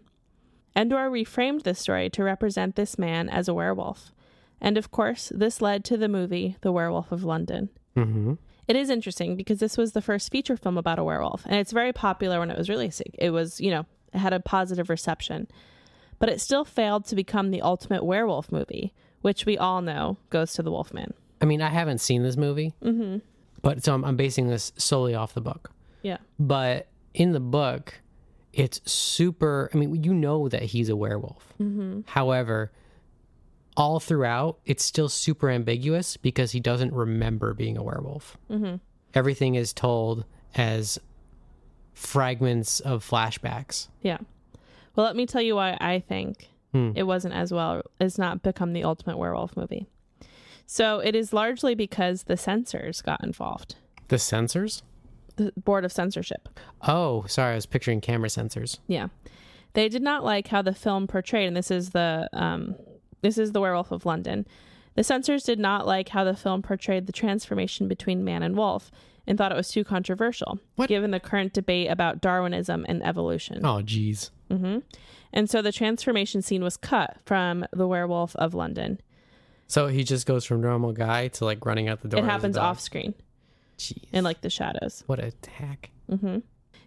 Speaker 1: Endor reframed this story to represent this man as a werewolf. And of course, this led to the movie The Werewolf of London.
Speaker 2: Mhm.
Speaker 1: It is interesting because this was the first feature film about a werewolf, and it's very popular when it was releasing. It was, you know, it had a positive reception, but it still failed to become the ultimate werewolf movie, which we all know goes to the Wolfman.
Speaker 2: I mean, I haven't seen this movie, mm-hmm. but so I'm, I'm basing this solely off the book.
Speaker 1: Yeah.
Speaker 2: But in the book, it's super. I mean, you know that he's a werewolf.
Speaker 1: Mm-hmm.
Speaker 2: However, all throughout, it's still super ambiguous because he doesn't remember being a werewolf.
Speaker 1: Mm-hmm.
Speaker 2: Everything is told as fragments of flashbacks.
Speaker 1: Yeah. Well, let me tell you why I think it wasn't as well. It's not become the ultimate werewolf movie. So it is largely because the censors got involved,
Speaker 2: The sensors?
Speaker 1: the board of censorship.
Speaker 2: Oh, sorry, I was picturing camera sensors.
Speaker 1: Yeah, they did not like how the film portrayed, and this is the um, this is the Werewolf of London. The censors did not like how the film portrayed the transformation between man and wolf, and thought it was too controversial,
Speaker 2: What?
Speaker 1: given the current debate about Darwinism and evolution.
Speaker 2: Oh, jeez.
Speaker 1: And so the transformation scene was cut from the Werewolf of London.
Speaker 2: So he just goes from normal guy to like running out the door.
Speaker 1: it
Speaker 2: as a
Speaker 1: happens
Speaker 2: dog.
Speaker 1: off screen
Speaker 2: Jeez.
Speaker 1: in like the shadows.
Speaker 2: what a hack.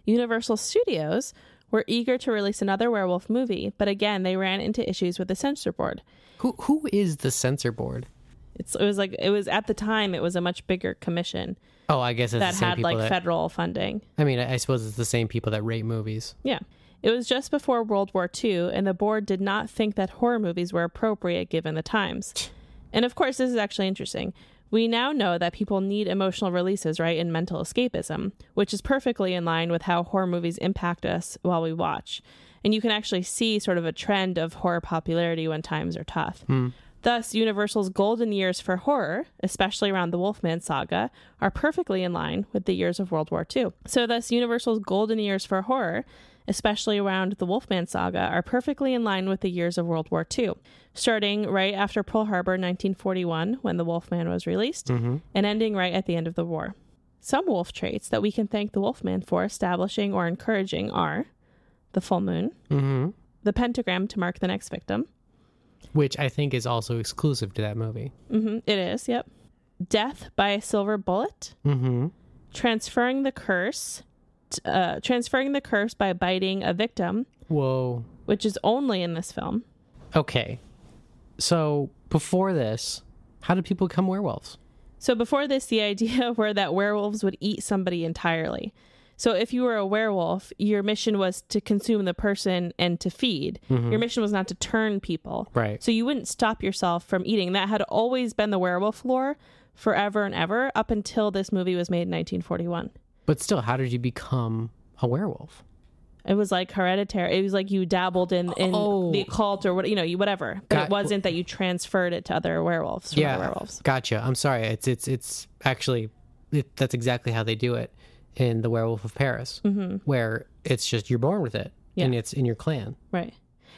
Speaker 1: Universal Studios were eager to release another werewolf movie, but again, they ran into issues with the censor board.
Speaker 2: Who who is the censor board?
Speaker 1: It's, it was like it was at the time it was a much bigger commission
Speaker 2: Oh, I guess it's
Speaker 1: that
Speaker 2: the same
Speaker 1: had
Speaker 2: people
Speaker 1: like
Speaker 2: that.
Speaker 1: federal funding.
Speaker 2: I mean, I I suppose it's the same people that rate movies.
Speaker 1: Yeah. It was just before World War II, and the board did not think that horror movies were appropriate given the times. And of course, this is actually interesting. We now know that people need emotional releases, right, and mental escapism, which is perfectly in line with how horror movies impact us while we watch. And you can actually see sort of a trend of horror popularity when times are tough.
Speaker 2: Hmm.
Speaker 1: Thus, Universal's golden years for horror, especially around the Wolfman saga, are perfectly in line with the years of World War II. So, thus, Universal's golden years for horror, especially around the Wolfman saga, are perfectly in line with the years of World War II, starting right after Pearl Harbor 1941, when the Wolfman was released, and ending right at the end of the war. Some wolf traits that we can thank the Wolfman for establishing or encouraging are the full moon,
Speaker 2: Mm-hmm.
Speaker 1: the pentagram to mark the next victim,
Speaker 2: Which I think is also exclusive to that movie.
Speaker 1: Mhm, It is, yep. Death by a silver bullet,
Speaker 2: Mm-hmm.
Speaker 1: transferring the curse, t- uh, transferring the curse by biting a victim,
Speaker 2: Whoa.
Speaker 1: which is only in this film.
Speaker 2: Okay. So before this, how did people become werewolves?
Speaker 1: So before this, the idea were that werewolves would eat somebody entirely. So if you were a werewolf, your mission was to consume the person and to feed. Your mission was not to turn people.
Speaker 2: Right.
Speaker 1: So you wouldn't stop yourself from eating. That had always been the werewolf lore forever and ever up until this movie was made in 1941.
Speaker 2: But still, how did you become a werewolf?
Speaker 1: It was like hereditary. It was like you dabbled in in
Speaker 2: Oh.
Speaker 1: the occult or what you know, you whatever. But
Speaker 2: Got-
Speaker 1: it wasn't that you transferred it to other werewolves. From other werewolves.
Speaker 2: Gotcha. I'm sorry. It's it's it's actually it, that's exactly how they do it in the Werewolf of Paris, mm-hmm. where it's just you're born with it and
Speaker 1: Yeah.
Speaker 2: it's in your clan.
Speaker 1: Right.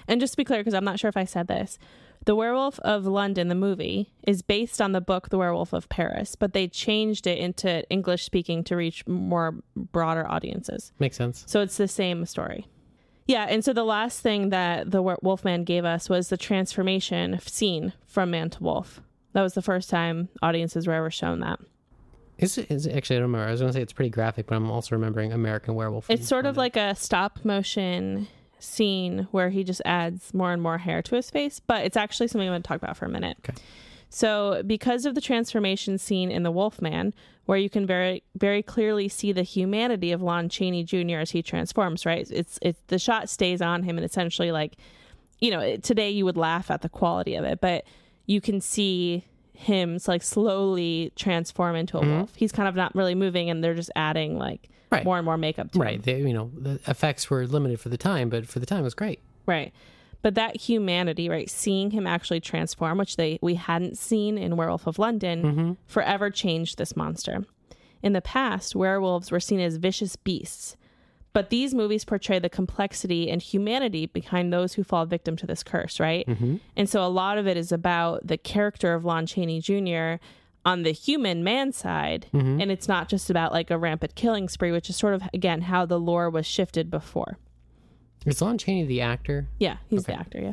Speaker 1: And just to be clear, because I'm not sure if I said this, The Werewolf of London, the movie, is based on the book The Werewolf of Paris, but they changed it into English speaking to reach more broader audiences.
Speaker 2: Makes sense.
Speaker 1: So it's the same story. Yeah, and so the last thing that the Wer- Wolfman gave us was the transformation scene from man to wolf. That was the first time audiences were ever shown that.
Speaker 2: Is it, is it actually? I don't remember. I was going to say it's pretty graphic, but I'm also remembering American Werewolf.
Speaker 1: It's sort of like a stop motion scene where he just adds more and more hair to his face, but it's actually something I'm going to talk about for a minute.
Speaker 2: Okay.
Speaker 1: So, because of the transformation scene in The Wolfman, where you can very very clearly see the humanity of Lon Chaney Jr. as he transforms, right? It's it's the shot stays on him and essentially like you know, it- today you would laugh at the quality of it, but you can see hymns like slowly transform into a wolf. He's kind of not really moving, and they're just adding like
Speaker 2: Right.
Speaker 1: more and more makeup to
Speaker 2: Right. They, you know, the effects were limited for the time, but for the time it was great.
Speaker 1: Right. But that humanity, right, seeing him actually transform, which they we hadn't seen in Werewolf of London, forever changed this monster. In the past, werewolves were seen as vicious beasts, but these movies portray the complexity and humanity behind those who fall victim to this curse, right? And so a lot of it is about the character of Lon Chaney Jr. on the human man side, and it's not just about like a rampant killing spree, which is sort of again how the lore was shifted before.
Speaker 2: Is Lon Chaney the actor?
Speaker 1: Yeah, he's the actor, yeah.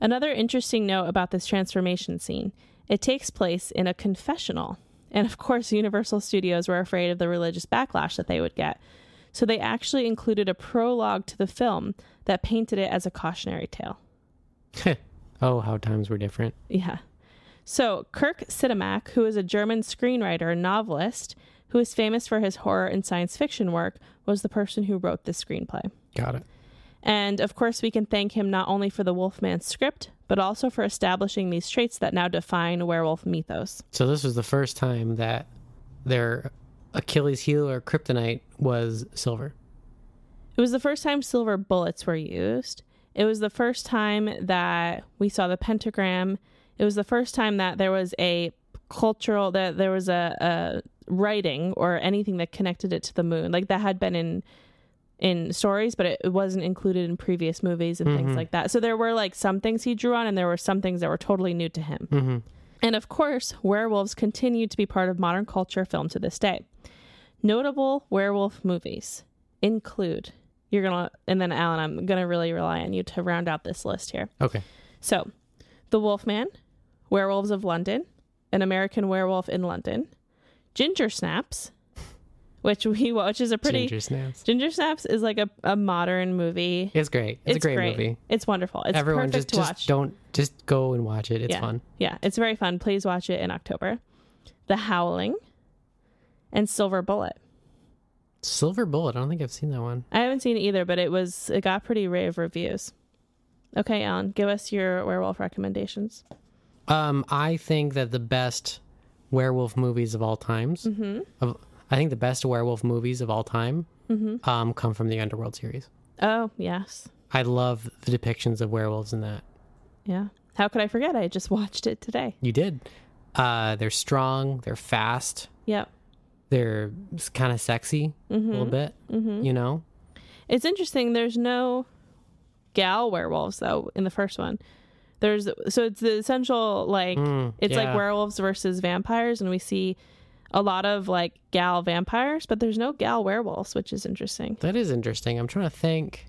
Speaker 1: Another interesting note about this transformation scene it takes place in a confessional. And of course, Universal Studios were afraid of the religious backlash that they would get. So they actually included a prologue to the film that painted it as a cautionary tale.
Speaker 2: oh, how times were different.
Speaker 1: Yeah. So Kirk Sittemack, who is a German screenwriter and novelist who is famous for his horror and science fiction work, was the person who wrote this screenplay.
Speaker 2: Got it.
Speaker 1: And of course, we can thank him not only for the Wolfman script, but also for establishing these traits that now define werewolf mythos.
Speaker 2: So this was the first time that their Achilles heel or kryptonite was silver.
Speaker 1: It was the first time silver bullets were used. It was the first time that we saw the pentagram. It was the first time that there was a cultural that there was a, a writing or anything that connected it to the moon. Like that had been in in stories, but it, it wasn't included in previous movies and things like that. So there were like some things he drew on, and there were some things that were totally new to him. And of course, werewolves continue to be part of modern culture film to this day. Notable werewolf movies include you're gonna and then Alan, I'm gonna really rely on you to round out this list here.
Speaker 2: Okay.
Speaker 1: So, The Wolfman, Werewolves of London, An American Werewolf in London, Ginger Snaps, which we which is a pretty
Speaker 2: Ginger snaps.
Speaker 1: Ginger Snaps is like a, a modern movie.
Speaker 2: It's great. It's, a great, movie.
Speaker 1: It's wonderful. It's
Speaker 2: Everyone
Speaker 1: perfect
Speaker 2: just
Speaker 1: to
Speaker 2: just
Speaker 1: watch.
Speaker 2: don't just go and watch it. It's
Speaker 1: yeah.
Speaker 2: fun.
Speaker 1: Yeah, it's very fun. Please watch it in October. The Howling and Silver Bullet.
Speaker 2: Silver Bullet. I don't think I've seen that one.
Speaker 1: I haven't seen it either, but it was it got pretty rave reviews. Okay, Alan, give us your werewolf recommendations.
Speaker 2: Um, I think that the best werewolf movies of all times, of, I think the best werewolf movies of all time, um, come from the Underworld series.
Speaker 1: Oh yes,
Speaker 2: I love the depictions of werewolves in that.
Speaker 1: yeah. How could I forget? I just watched it today.
Speaker 2: You did. Uh, they're strong. They're fast.
Speaker 1: Yep.
Speaker 2: They're kind of sexy a little bit. You know.
Speaker 1: It's interesting. There's no gal werewolves though in the first one. There's so it's the essential like it's like
Speaker 2: yeah.
Speaker 1: werewolves versus vampires, and we see a lot of like gal vampires, but there's no gal werewolves, which is interesting.
Speaker 2: That is interesting. I'm trying to think.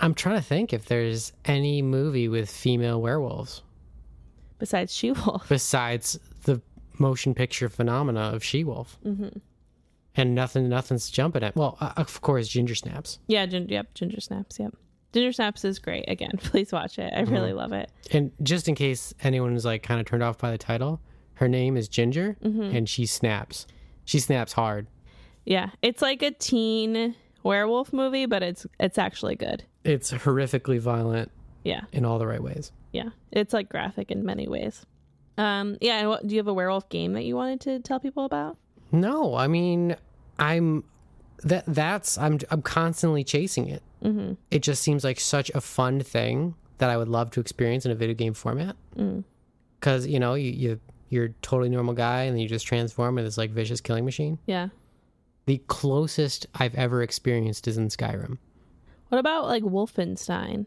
Speaker 2: I'm trying to think if there's any movie with female werewolves
Speaker 1: Besides She Wolf,
Speaker 2: besides the motion picture phenomena of She-Wolf. And nothing, nothing's jumping at. Well, uh, of course, Ginger Snaps,
Speaker 1: yeah, gin- yep, Ginger Snaps, yep. Ginger Snaps is great. Again, please watch it. I really love it.
Speaker 2: and just in case anyone is like kind of turned off by the title, her name is Ginger, and she snaps. She snaps hard.
Speaker 1: Yeah, it's like a teen werewolf movie, but it's it's actually good.
Speaker 2: It's horrifically violent
Speaker 1: Yeah,
Speaker 2: in all the right ways.
Speaker 1: yeah, it's like graphic in many ways. Um, yeah. And what, do you have a werewolf game that you wanted to tell people about?
Speaker 2: No, I mean, I'm that that's I'm I'm constantly chasing it. Mm-hmm. It just seems like such a fun thing that I would love to experience in a video game format. Because you know you, you you're a totally normal guy and then you just transform into this like vicious killing machine.
Speaker 1: Yeah.
Speaker 2: The closest I've ever experienced is in Skyrim.
Speaker 1: What about like Wolfenstein?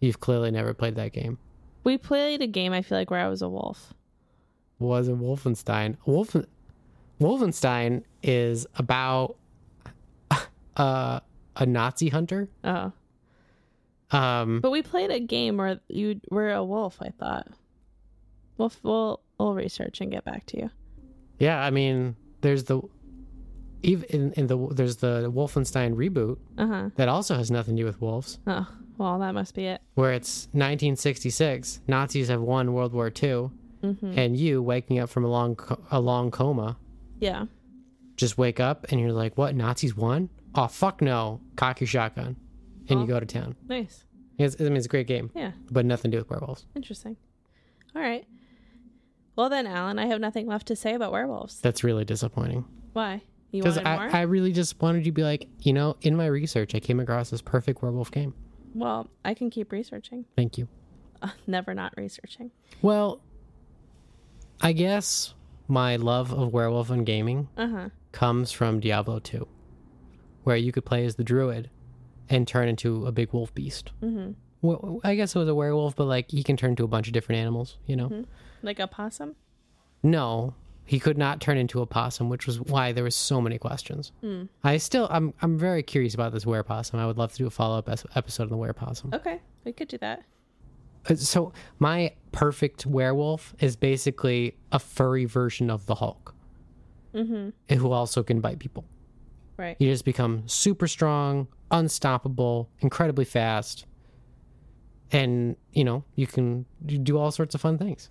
Speaker 2: You've clearly never played that game.
Speaker 1: We played a game I feel like where I was a wolf.
Speaker 2: was in Wolfenstein. Wolfen- Wolfenstein is about uh, a Nazi hunter.
Speaker 1: Oh,
Speaker 2: Um,
Speaker 1: but we played a game where you were a wolf. I thought. We'll we'll, we'll research and get back to you.
Speaker 2: yeah, I mean, there's the even in, in the there's the Wolfenstein reboot
Speaker 1: Uh huh.
Speaker 2: that also has nothing to do with wolves,
Speaker 1: Oh, well, that must be it.
Speaker 2: where it's 1966. Nazis have won World War II,
Speaker 1: Mm-hmm.
Speaker 2: and you waking up from a long co- a long coma,
Speaker 1: Yeah.
Speaker 2: just wake up and you're like, "What? Nazis won? Oh fuck no!" Cock your shotgun, and you go to town.
Speaker 1: Nice.
Speaker 2: It's, I mean, it's a great game.
Speaker 1: Yeah.
Speaker 2: but nothing to do with werewolves.
Speaker 1: Interesting. All right. Well then, Alan, I have nothing left to say about werewolves.
Speaker 2: That's really disappointing.
Speaker 1: Why? You
Speaker 2: Because
Speaker 1: wanted
Speaker 2: I,
Speaker 1: more?
Speaker 2: I really just wanted you to be like, you know, in my research, I came across this perfect werewolf game.
Speaker 1: well, I can keep researching.
Speaker 2: Thank you.
Speaker 1: Never not researching.
Speaker 2: Well, I guess my love of werewolf and gaming
Speaker 1: Uh-huh.
Speaker 2: comes from Diablo 2, where you could play as the druid and turn into a big wolf beast. Mm-hmm. Well, I guess it was a werewolf, but like he can turn into a bunch of different animals, you know?
Speaker 1: Like a possum?
Speaker 2: No, he could not turn into a possum, which was why there was so many questions. I still, I'm, I'm very curious about this were possum. I would love to do a follow up episode on the were possum.
Speaker 1: Okay. We could do that.
Speaker 2: Uh, So my perfect werewolf is basically a furry version of the Hulk, mm-hmm. who also can bite people.
Speaker 1: Right.
Speaker 2: You just become super strong, unstoppable, incredibly fast, and you know you can you do all sorts of fun things.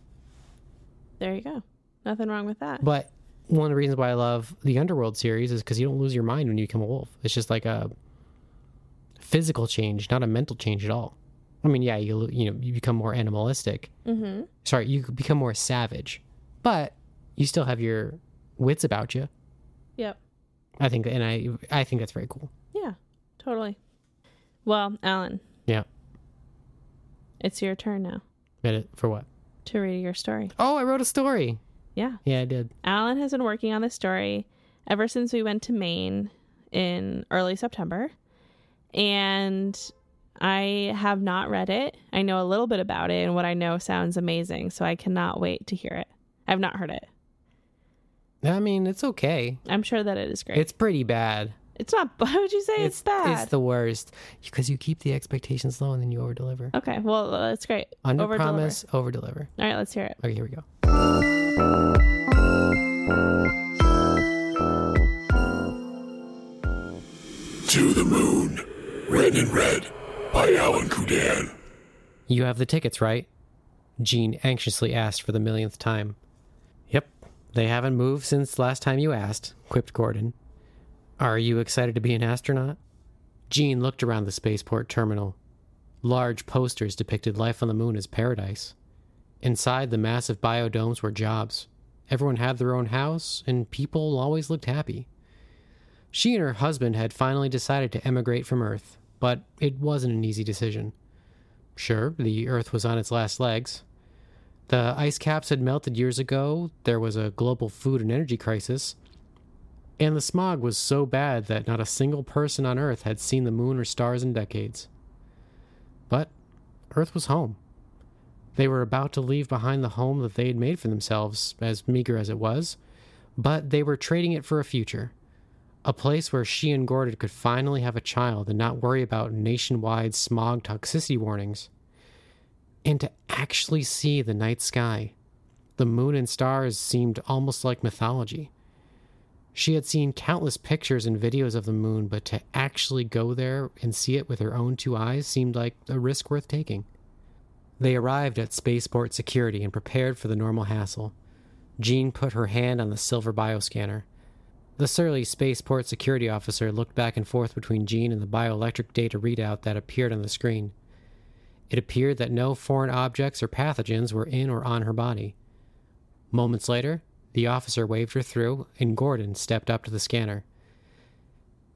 Speaker 1: There you go. Nothing wrong with that.
Speaker 2: But one of the reasons why I love the Underworld series is because you don't lose your mind when you become a wolf. It's just like a physical change, not a mental change at all. I mean, yeah, you lo- you know you become more animalistic. Mm-hmm. Sorry, you become more savage, but you still have your wits about you.
Speaker 1: Yep.
Speaker 2: I think, and I I think that's very cool.
Speaker 1: Yeah. Totally. Well, Alan,
Speaker 2: Yeah,
Speaker 1: it's your turn now
Speaker 2: Get it for what?
Speaker 1: to read your story.
Speaker 2: Oh, I wrote a story.
Speaker 1: Yeah.
Speaker 2: Yeah, I did.
Speaker 1: Alan has been working on this story ever since we went to Maine in early September. And I have not read it. I know a little bit about it, and what I know sounds amazing. So I cannot wait to hear it. I've not heard it.
Speaker 2: I mean, it's okay.
Speaker 1: I'm sure that it is great. It's,
Speaker 2: It's pretty bad.
Speaker 1: not, why would you say it's, bad?
Speaker 2: It's the worst because you keep the expectations low and then you over deliver.
Speaker 1: okay. Well, that's great.
Speaker 2: Under
Speaker 1: Overdeliver.
Speaker 2: promise, over deliver.
Speaker 1: All right, let's hear it.
Speaker 2: Okay, here we go.
Speaker 3: To the Moon, Red and Red by Alan Kudan.
Speaker 2: You have the tickets, right? Jean anxiously asked for the millionth time. Yep, they haven't moved since last time you asked, quipped Gordon. Are you excited to be an astronaut? Jean looked around the spaceport terminal. Large posters depicted life on the moon as paradise. Inside the massive biodomes were jobs. Everyone had their own house, and people always looked happy. She and her husband had finally decided to emigrate from Earth, but it wasn't an easy decision. Sure, the Earth was on its last legs. The ice caps had melted years ago, there was a global food and energy crisis, and the smog was so bad that not a single person on Earth had seen the moon or stars in decades. But Earth was home. They were about to leave behind the home that they had made for themselves, as meager as it was, but they were trading it for a future. A place where she and Gordon could finally have a child and not worry about nationwide smog toxicity warnings. And to actually see the night sky. The moon and stars seemed almost like mythology. She had seen countless pictures and videos of the moon, but to actually go there and see it with her own two eyes seemed like a risk worth taking. They arrived at spaceport security and prepared for the normal hassle. Jean put her hand on the silver bioscanner. The surly spaceport security officer looked back and forth between Jean and the bioelectric data readout that appeared on the screen. It appeared that no foreign objects or pathogens were in or on her body. Moments later, the officer waved her through and Gordon stepped up to the scanner.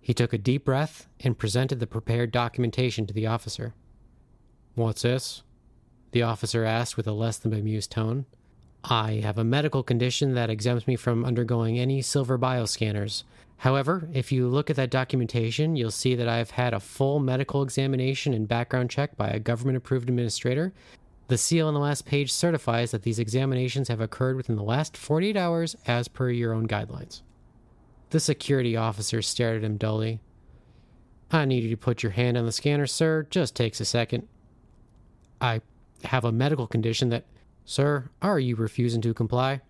Speaker 2: He took a deep breath and presented the prepared documentation to the officer. What's this? The officer asked with a less than bemused tone. I have a medical condition that exempts me from undergoing any silver bioscanners. However, if you look at that documentation, you'll see that I've had a full medical examination and background check by a government approved administrator. The seal on the last page certifies that these examinations have occurred within the last 48 hours as per your own guidelines. The security officer stared at him dully. I need you to put your hand on the scanner, sir. Just takes a second. I have a medical condition that, sir, are you refusing to comply?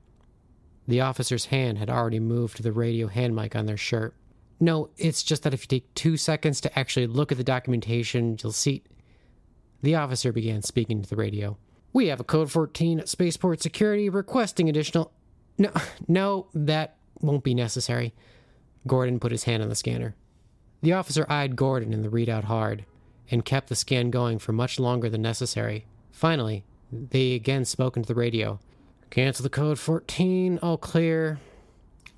Speaker 2: The officer's hand had already moved to the radio hand mic on their shirt. No, it's just that if you take two seconds to actually look at the documentation, you'll see. The officer began speaking to the radio. We have a code 14 at spaceport security requesting additional. No, no, that won't be necessary. Gordon put his hand on the scanner. The officer eyed Gordon in the readout hard and kept the scan going for much longer than necessary. Finally, they again spoke into the radio. Cancel the code 14. All clear.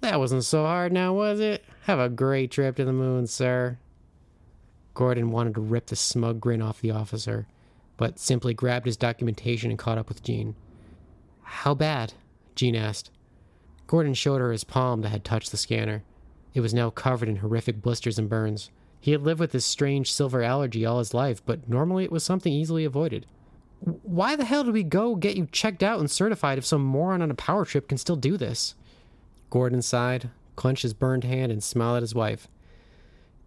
Speaker 2: That wasn't so hard now, was it? Have a great trip to the moon, sir. Gordon wanted to rip the smug grin off the officer, but simply grabbed his documentation and caught up with Jean. How bad? Jean asked. Gordon showed her his palm that had touched the scanner. It was now covered in horrific blisters and burns. He had lived with this strange silver allergy all his life, but normally it was something easily avoided. W- Why the hell did we go get you checked out and certified if some moron on a power trip can still do this? Gordon sighed, clenched his burned hand, and smiled at his wife.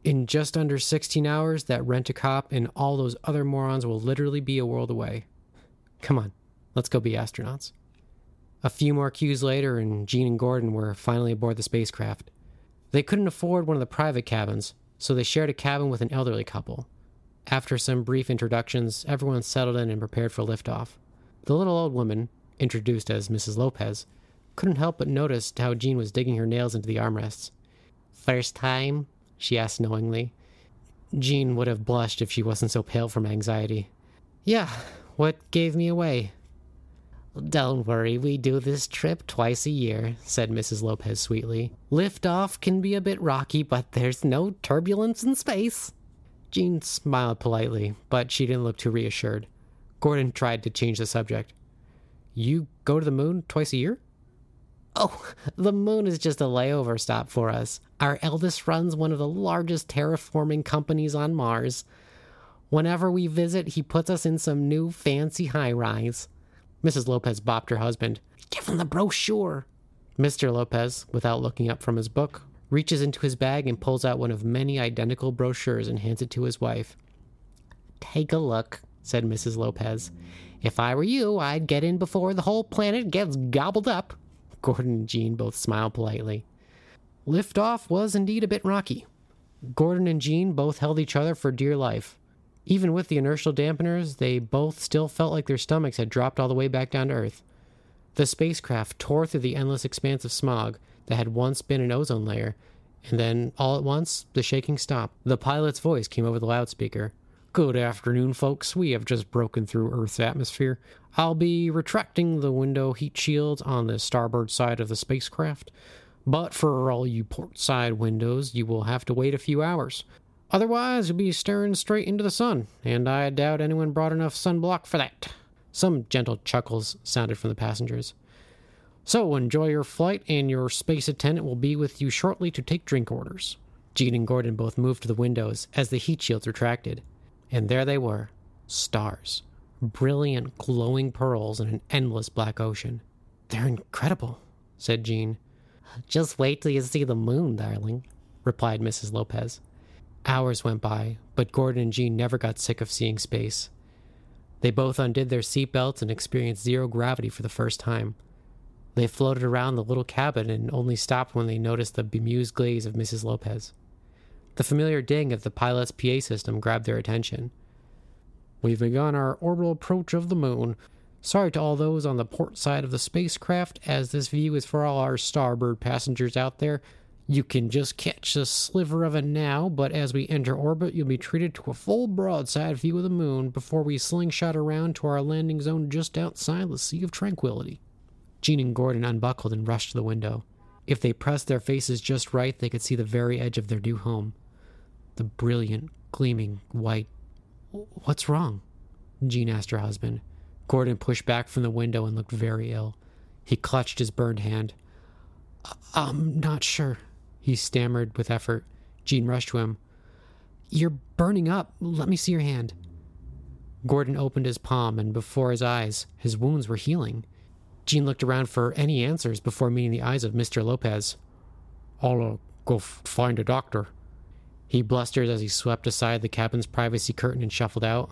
Speaker 2: In just under 16 hours, that rent a cop and all those other morons will literally be a world away. Come on, let's go be astronauts. A few more cues later, and Gene and Gordon were finally aboard the spacecraft. They couldn't afford one of the private cabins, so they shared a cabin with an elderly couple. After some brief introductions, everyone settled in and prepared for liftoff. The little old woman, introduced as Mrs. Lopez, couldn't help but notice how Jean was digging her nails into the armrests. First time? she asked knowingly. Jean would have blushed if she wasn't so pale from anxiety. Yeah, what gave me away? Don't worry, we do this trip twice a year, said Mrs. Lopez sweetly. Liftoff can be a bit rocky, but there's no turbulence in space. Jean smiled politely, but she didn't look too reassured. Gordon tried to change the subject. You go to the moon twice a year? Oh, the moon is just a layover stop for us. Our eldest runs one of the largest terraforming companies on Mars. Whenever we visit, he puts us in some new fancy high rise. Mrs. Lopez bopped her husband. Give him the brochure. Mr. Lopez, without looking up from his book, reaches into his bag and pulls out one of many identical brochures and hands it to his wife. Take a look, said Mrs. Lopez. If I were you, I'd get in before the whole planet gets gobbled up. Gordon and Jean both smile politely. Liftoff was indeed a bit rocky. Gordon and Jean both held each other for dear life. Even with the inertial dampeners, they both still felt like their stomachs had dropped all the way back down to Earth. The spacecraft tore through the endless expanse of smog that had once been an ozone layer, and then, all at once, the shaking stopped. The pilot's voice came over the loudspeaker. Good afternoon, folks. We have just broken through Earth's atmosphere. I'll be retracting the window heat shields on the starboard side of the spacecraft, but for all you port side windows, you will have to wait a few hours. Otherwise, you'll be staring straight into the sun, and I doubt anyone brought enough sunblock for that. Some gentle chuckles sounded from the passengers. So enjoy your flight, and your space attendant will be with you shortly to take drink orders. Gene and Gordon both moved to the windows as the heat shields retracted, and there they were stars, brilliant, glowing pearls in an endless black ocean. They're incredible, said Jean. Just wait till you see the moon, darling, replied Mrs. Lopez. Hours went by, but Gordon and Jean never got sick of seeing space. They both undid their seatbelts and experienced zero gravity for the first time. They floated around the little cabin and only stopped when they noticed the bemused glaze of Mrs. Lopez. The familiar ding of the pilot's PA system grabbed their attention. We've begun our orbital approach of the moon. Sorry to all those on the port side of the spacecraft, as this view is for all our starboard passengers out there. You can just catch a sliver of it now, but as we enter orbit, you'll be treated to a full broadside view of the moon before we slingshot around to our landing zone just outside the Sea of Tranquility. Jean and Gordon unbuckled and rushed to the window. If they pressed their faces just right, they could see the very edge of their new home. The brilliant, gleaming white. What's wrong? Jean asked her husband. Gordon pushed back from the window and looked very ill. He clutched his burned hand. I'm not sure, he stammered with effort. Jean rushed to him. You're burning up. Let me see your hand. Gordon opened his palm, and before his eyes, his wounds were healing. Jean looked around for any answers before meeting the eyes of Mr. Lopez. I'll uh, go f- find a doctor. He blustered as he swept aside the cabin's privacy curtain and shuffled out.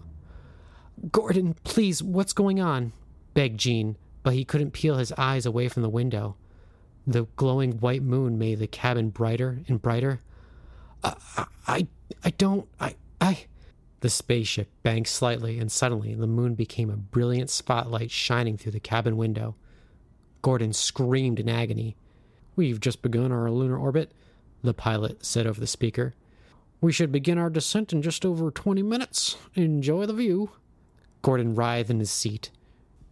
Speaker 2: Gordon, please, what's going on? begged Jean, but he couldn't peel his eyes away from the window. The glowing white moon made the cabin brighter and brighter. I, I, I don't, I, I. The spaceship banked slightly, and suddenly the moon became a brilliant spotlight shining through the cabin window. Gordon screamed in agony. We've just begun our lunar orbit, the pilot said over the speaker. We should begin our descent in just over 20 minutes. Enjoy the view. Gordon writhed in his seat.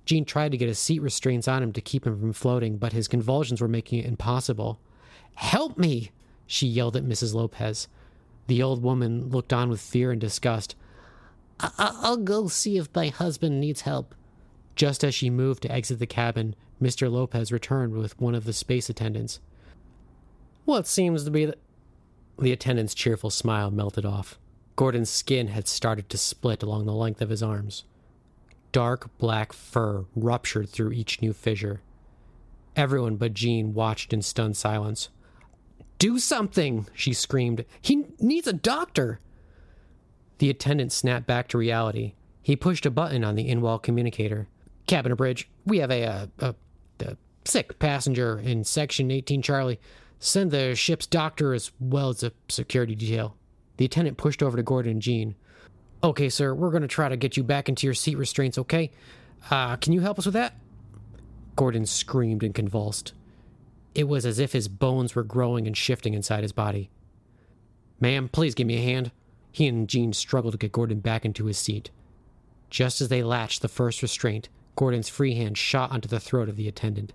Speaker 2: Jean tried to get his seat restraints on him to keep him from floating, but his convulsions were making it impossible. Help me! she yelled at Mrs. Lopez. The old woman looked on with fear and disgust. I- I- I'll go see if my husband needs help. Just as she moved to exit the cabin, Mr. Lopez returned with one of the space attendants. What seems to be the. The attendant's cheerful smile melted off. Gordon's skin had started to split along the length of his arms. Dark black fur ruptured through each new fissure. Everyone but Jean watched in stunned silence. Do something! she screamed. He needs a doctor! The attendant snapped back to reality. He pushed a button on the in wall communicator. Cabin abridged. We have a, uh, a, a sick passenger in Section 18 Charlie. Send the ship's doctor as well as a security detail. The attendant pushed over to Gordon and Jean. Okay, sir, we're going to try to get you back into your seat restraints, okay? Uh, can you help us with that? Gordon screamed and convulsed. It was as if his bones were growing and shifting inside his body. Ma'am, please give me a hand. He and Jean struggled to get Gordon back into his seat. Just as they latched the first restraint, Gordon's free hand shot onto the throat of the attendant.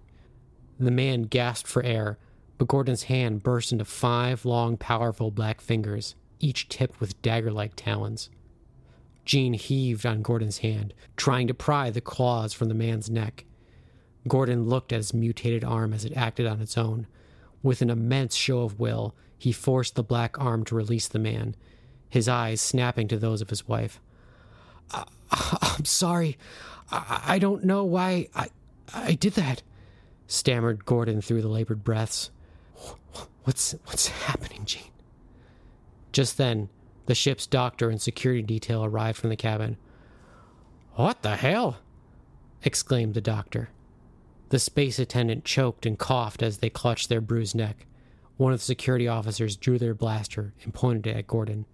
Speaker 2: The man gasped for air, but Gordon's hand burst into five long, powerful black fingers, each tipped with dagger like talons. Jean heaved on Gordon's hand, trying to pry the claws from the man's neck. Gordon looked at his mutated arm as it acted on its own. With an immense show of will, he forced the black arm to release the man, his eyes snapping to those of his wife. I, am sorry. I, I don't know why I, I did that, stammered Gordon through the labored breaths. What's, what's happening, Jean? Just then, the ship's doctor and security detail arrived from the cabin. What the hell? exclaimed the doctor. The space attendant choked and coughed as they clutched their bruised neck. One of the security officers drew their blaster and pointed it at Gordon.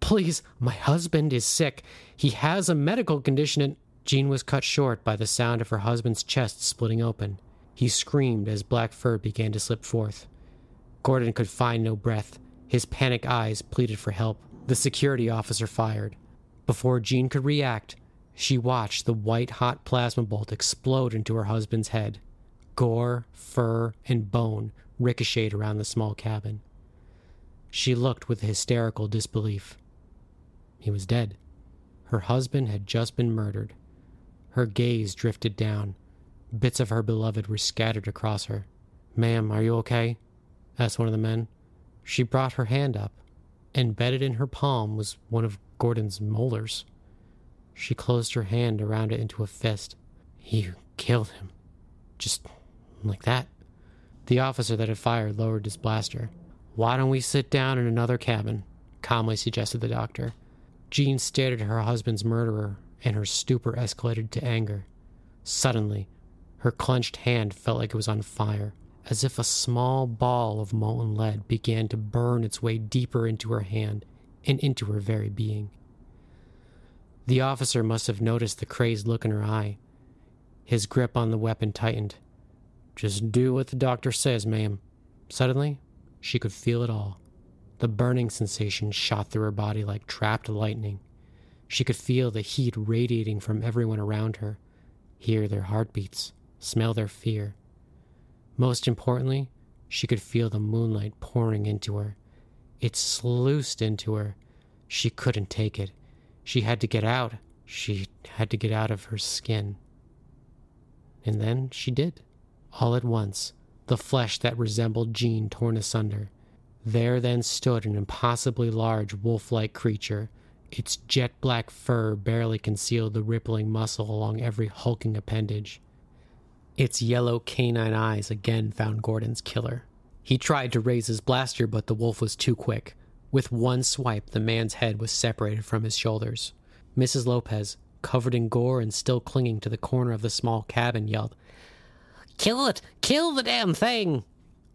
Speaker 2: Please, my husband is sick. He has a medical condition and. Jean was cut short by the sound of her husband's chest splitting open. He screamed as black fur began to slip forth. Gordon could find no breath. His panic eyes pleaded for help. The security officer fired. Before Jean could react, she watched the white hot plasma bolt explode into her husband's head. Gore, fur, and bone ricocheted around the small cabin. She looked with hysterical disbelief. He was dead. Her husband had just been murdered. Her gaze drifted down. Bits of her beloved were scattered across her. Ma'am, are you okay? asked one of the men. She brought her hand up. Embedded in her palm was one of Gordon's molars. She closed her hand around it into a fist. He killed him. Just like that. The officer that had fired lowered his blaster. Why don't we sit down in another cabin? calmly suggested the doctor. Jean stared at her husband's murderer, and her stupor escalated to anger. Suddenly, her clenched hand felt like it was on fire, as if a small ball of molten lead began to burn its way deeper into her hand and into her very being. The officer must have noticed the crazed look in her eye. His grip on the weapon tightened. Just do what the doctor says, ma'am. Suddenly, she could feel it all. The burning sensation shot through her body like trapped lightning. She could feel the heat radiating from everyone around her, hear their heartbeats, smell their fear. Most importantly, she could feel the moonlight pouring into her. It sluiced into her. She couldn't take it. She had to get out. She had to get out of her skin. And then she did. All at once, the flesh that resembled Jean torn asunder. There then stood an impossibly large wolf like creature. Its jet black fur barely concealed the rippling muscle along every hulking appendage. Its yellow canine eyes again found Gordon's killer. He tried to raise his blaster, but the wolf was too quick. With one swipe, the man's head was separated from his shoulders. Mrs. Lopez, covered in gore and still clinging to the corner of the small cabin, yelled, Kill it! Kill the damn thing!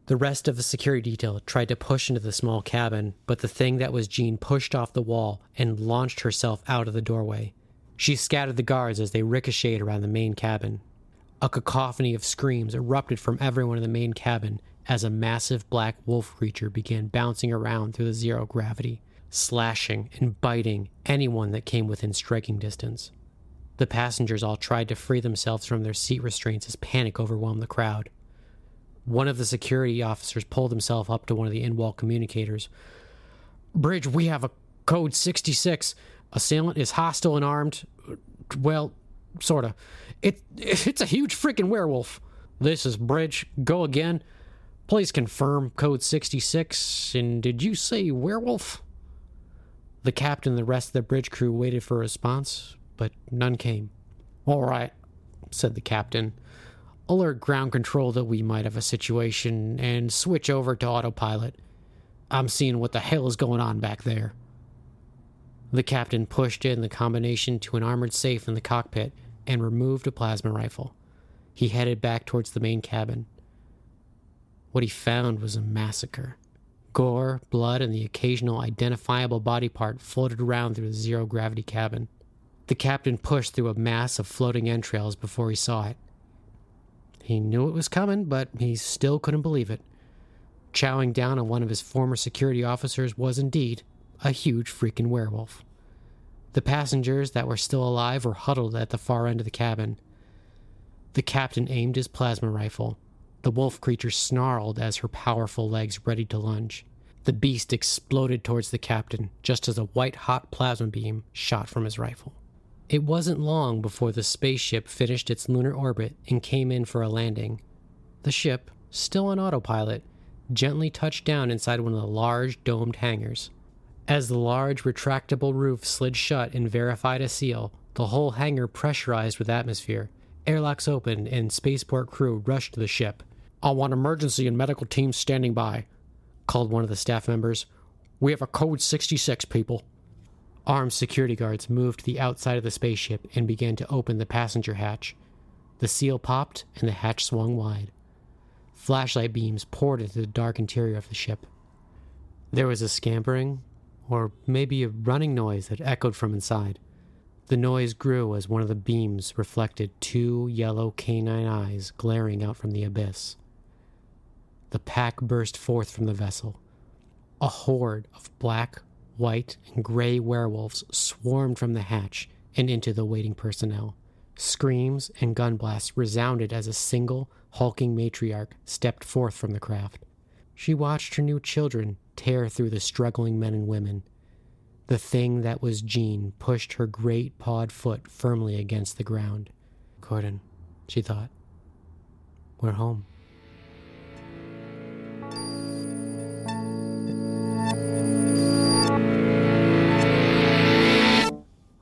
Speaker 2: The rest of the security detail tried to push into the small cabin, but the thing that was Jean pushed off the wall and launched herself out of the doorway. She scattered the guards as they ricocheted around the main cabin. A cacophony of screams erupted from everyone in the main cabin as a massive black wolf creature began bouncing around through the zero gravity, slashing and biting anyone that came within striking distance. The passengers all tried to free themselves from their seat restraints as panic overwhelmed the crowd. One of the security officers pulled himself up to one of the in wall communicators. Bridge, we have a code 66. Assailant is hostile and armed. Well, sorta. It, it's a huge freaking werewolf. This is Bridge. Go again. Please confirm code 66. And did you say werewolf? The captain and the rest of the bridge crew waited for a response, but none came. All right, said the captain. Alert ground control that we might have a situation and switch over to autopilot. I'm seeing what the hell is going on back there. The captain pushed in the combination to an armored safe in the cockpit and removed a plasma rifle. He headed back towards the main cabin. What he found was a massacre. Gore, blood, and the occasional identifiable body part floated around through the zero gravity cabin. The captain pushed through a mass of floating entrails before he saw it. He knew it was coming, but he still couldn't believe it. Chowing down on one of his former security officers was indeed a huge freaking werewolf. The passengers that were still alive were huddled at the far end of the cabin. The captain aimed his plasma rifle. The wolf creature snarled as her powerful legs readied to lunge. The beast exploded towards the captain just as a white hot plasma beam shot from his rifle. It wasn't long before the spaceship finished its lunar orbit and came in for a landing. The ship, still on autopilot, gently touched down inside one of the large domed hangars. As the large retractable roof slid shut and verified a seal, the whole hangar pressurized with atmosphere. Airlocks opened and spaceport crew rushed to the ship. I want emergency and medical teams standing by, called one of the staff members. We have a code 66, people. Armed security guards moved to the outside of the spaceship and began to open the passenger hatch. The seal popped and the hatch swung wide. Flashlight beams poured into the dark interior of the ship. There was a scampering, or maybe a running noise that echoed from inside. The noise grew as one of the beams reflected two yellow canine eyes glaring out from the abyss. The pack burst forth from the vessel. A horde of black, white, and gray werewolves swarmed from the hatch and into the waiting personnel. Screams and gun blasts resounded as a single, hulking matriarch stepped forth from the craft. She watched her new children tear through the struggling men and women. The thing that was Jean pushed her great pawed foot firmly against the ground. Gordon, she thought, we're home.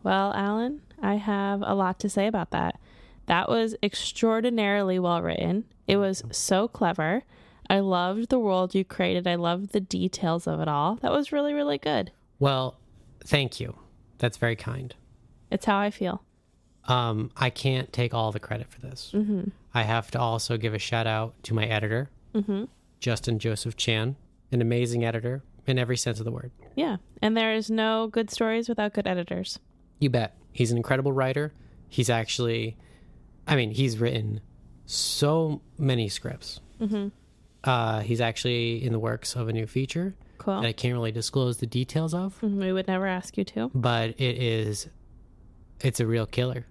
Speaker 1: Well, Alan, I have a lot to say about that. That was extraordinarily well written. It was so clever. I loved the world you created. I loved the details of it all. That was really, really good.
Speaker 2: Well, thank you. That's very kind.
Speaker 1: It's how I feel.
Speaker 2: Um, I can't take all the credit for this. I have to also give a shout out to my editor, Justin Joseph Chan, an amazing editor in every sense of the word.
Speaker 1: Yeah. And there is no good stories without good editors.
Speaker 2: You bet. He's an incredible writer. He's actually, I mean, he's written so many scripts.
Speaker 1: Mm-hmm.
Speaker 2: Uh, he's actually in the works of a new feature
Speaker 1: Cool.
Speaker 2: that I can't really disclose the details of,
Speaker 1: We would never ask you to.
Speaker 2: but it is, it's a real killer.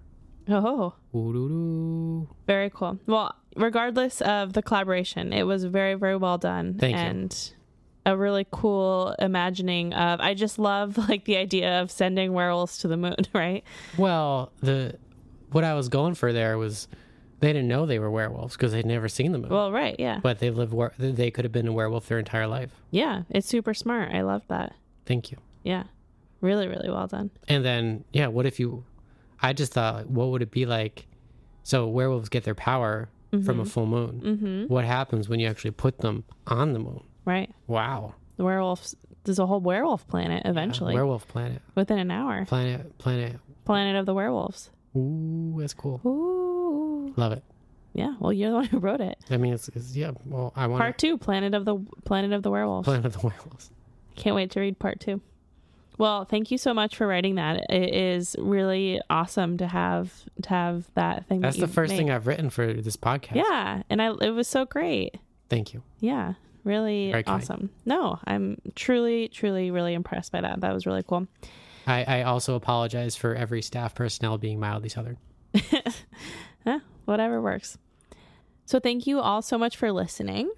Speaker 1: Oh,
Speaker 2: Ooh-doo-doo.
Speaker 1: very cool. Well, regardless of the collaboration, it was very, very well done.
Speaker 2: Thank you.
Speaker 1: and a really cool imagining of I just love like the idea of sending werewolves to the moon, right?
Speaker 2: Well, the what I was going for there was they didn't know they were werewolves because they'd never seen the movie,
Speaker 1: Well, right, yeah.
Speaker 2: but they live were they could have been a werewolf their entire life.
Speaker 1: yeah, it's super smart. I love that.
Speaker 2: Thank you.
Speaker 1: Yeah. Really, really well done.
Speaker 2: And then, yeah, what if you? I just thought, what would it be like? So werewolves get their power from a full moon. Mm-hmm. What happens when you actually put them on the moon?
Speaker 1: Right.
Speaker 2: Wow,
Speaker 1: The werewolves there's a whole werewolf planet eventually
Speaker 2: werewolf planet,
Speaker 1: within an hour.
Speaker 2: planet, planet.
Speaker 1: Planet of the werewolves.
Speaker 2: Ooh, that's cool.
Speaker 1: Ooh.
Speaker 2: Love it.
Speaker 1: Yeah, well you're the one who wrote it.
Speaker 2: I mean, it's, it's yeah. Well, I want
Speaker 1: Part 2, Planet of the Planet of the Werewolves.
Speaker 2: planet of the werewolves.
Speaker 1: Can't wait to read part 2. Well, thank you so much for writing that. It is really awesome to have to have that thing.
Speaker 2: That's
Speaker 1: that
Speaker 2: the
Speaker 1: you
Speaker 2: first
Speaker 1: made.
Speaker 2: thing I've written for this podcast.
Speaker 1: Yeah, and I it was so great.
Speaker 2: Thank you.
Speaker 1: Yeah, really
Speaker 2: Very kind.
Speaker 1: awesome. No, I'm truly, truly, really impressed by that. That was really cool.
Speaker 2: I, I also apologize for every staff personnel being mildly southern.
Speaker 1: Huh, whatever works. So thank you all so much for listening.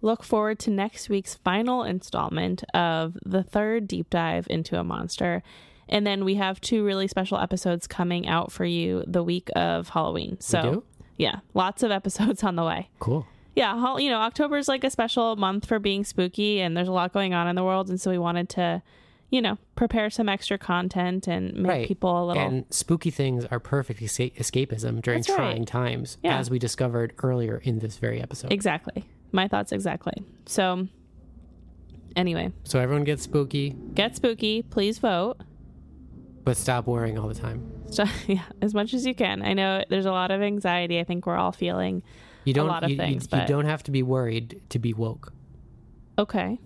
Speaker 1: Look forward to next week's final installment of the third deep dive into a monster. And then we have two really special episodes coming out for you the week of Halloween. So,
Speaker 2: do?
Speaker 1: yeah, lots of episodes on the way.
Speaker 2: Cool.
Speaker 1: Yeah, hol- you know, October is like a special month for being spooky, and there's a lot going on in the world. And so we wanted to, you know, prepare some extra content and make
Speaker 2: Right.
Speaker 1: people a little.
Speaker 2: And spooky things are perfect esca- escapism during
Speaker 1: That's right.
Speaker 2: trying times,
Speaker 1: Yeah.
Speaker 2: as we discovered earlier in this very episode.
Speaker 1: Exactly. My thoughts exactly. So anyway,
Speaker 2: so everyone gets spooky,
Speaker 1: get spooky, please vote.
Speaker 2: but stop worrying all the time.
Speaker 1: So, yeah, as much as you can. I know there's a lot of anxiety I think we're all feeling.
Speaker 2: You don't.
Speaker 1: lot of
Speaker 2: you, you-
Speaker 1: things,
Speaker 2: you
Speaker 1: but-
Speaker 2: don't have to be worried to be woke.
Speaker 1: Okay.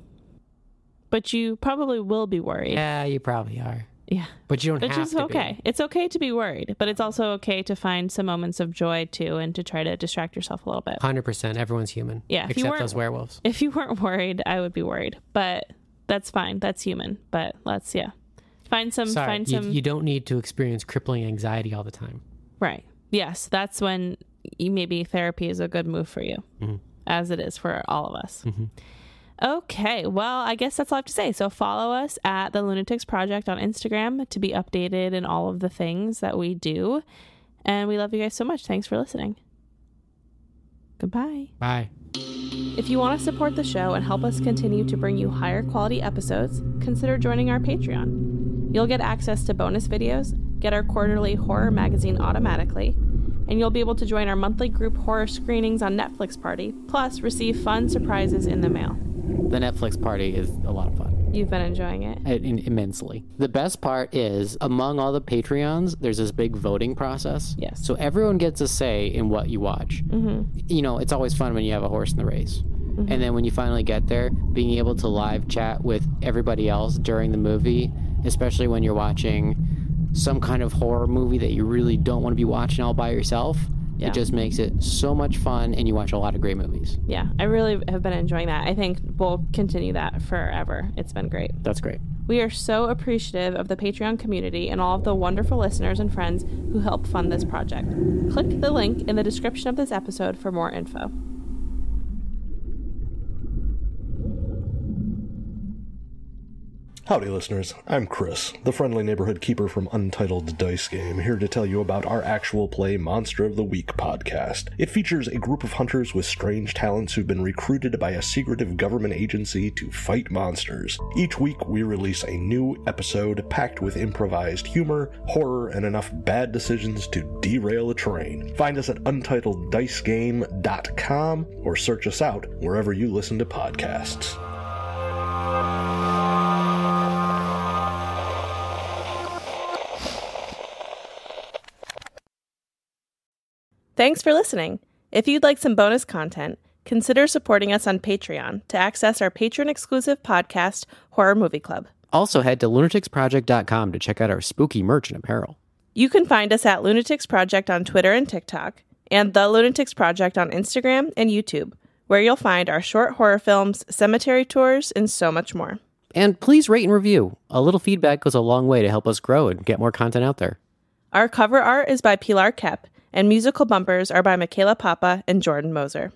Speaker 1: But you probably will be worried.
Speaker 2: Yeah, you probably are,
Speaker 1: Yeah.
Speaker 2: but you don't
Speaker 1: Which
Speaker 2: have
Speaker 1: is
Speaker 2: to
Speaker 1: okay. It's okay to be worried, but it's also okay to find some moments of joy too and to try to distract yourself a little bit.
Speaker 2: Hundred percent. Everyone's human.
Speaker 1: Yeah, if you
Speaker 2: except
Speaker 1: weren't-
Speaker 2: those werewolves.
Speaker 1: If you weren't worried, I would be worried, but that's fine. That's human. But let's, yeah. Find some,
Speaker 2: Sorry,
Speaker 1: find
Speaker 2: you,
Speaker 1: some.
Speaker 2: you don't need to experience crippling anxiety all the time.
Speaker 1: Right. Yes, that's when you, maybe therapy is a good move for you, as it is for all of us. Okay, well, I guess that's all I have to say. So follow us at the Lunatics Project on Instagram to be updated in all of the things that we do. And we love you guys so much. Thanks for listening. Goodbye.
Speaker 2: Bye.
Speaker 1: If you want to support the show and help us continue to bring you higher quality episodes, consider joining our Patreon. You'll get access to bonus videos, get our quarterly horror magazine automatically, and you'll be able to join our monthly group horror screenings on Netflix Party, plus receive fun surprises in the mail.
Speaker 4: The Netflix party is a lot of fun.
Speaker 1: You've been enjoying it.
Speaker 4: I- in- immensely. The best part is among all the Patreons, there's this big voting process.
Speaker 1: Yes.
Speaker 4: So everyone gets a say in what you watch. Mm-hmm. You know, it's always fun when you have a horse in the race. And then when you finally get there, being able to live chat with everybody else during the movie, especially when you're watching some kind of horror movie that you really don't want to be watching all by yourself,
Speaker 1: Yeah.
Speaker 4: it just makes it so much fun and you watch a lot of great movies.
Speaker 1: Yeah, I really have been enjoying that. I think we'll continue that forever. It's been great.
Speaker 4: That's great.
Speaker 1: We are so appreciative of the Patreon community and all of the wonderful listeners and friends who help fund this project. Click the link in the description of this episode for more info.
Speaker 5: Howdy, listeners. I'm Chris, the friendly neighborhood keeper from Untitled Dice Game, here to tell you about our actual play Monster of the Week podcast. It features a group of hunters with strange talents who've been recruited by a secretive government agency to fight monsters. Each week, we release a new episode packed with improvised humor, horror, and enough bad decisions to derail a train. Find us at untitledicegame.com or search us out wherever you listen to podcasts.
Speaker 1: Thanks for listening. If you'd like some bonus content, consider supporting us on Patreon to access our patron exclusive podcast, Horror Movie Club.
Speaker 4: Also, head to lunaticsproject.com to check out our spooky merch and apparel.
Speaker 1: You can find us at Lunatics Project on Twitter and TikTok, and The Lunatics Project on Instagram and YouTube, where you'll find our short horror films, cemetery tours, and so much more.
Speaker 4: And please rate and review. A little feedback goes a long way to help us grow and get more content out there.
Speaker 1: Our cover art is by Pilar Kep, and musical bumpers are by Michaela Papa and Jordan Moser.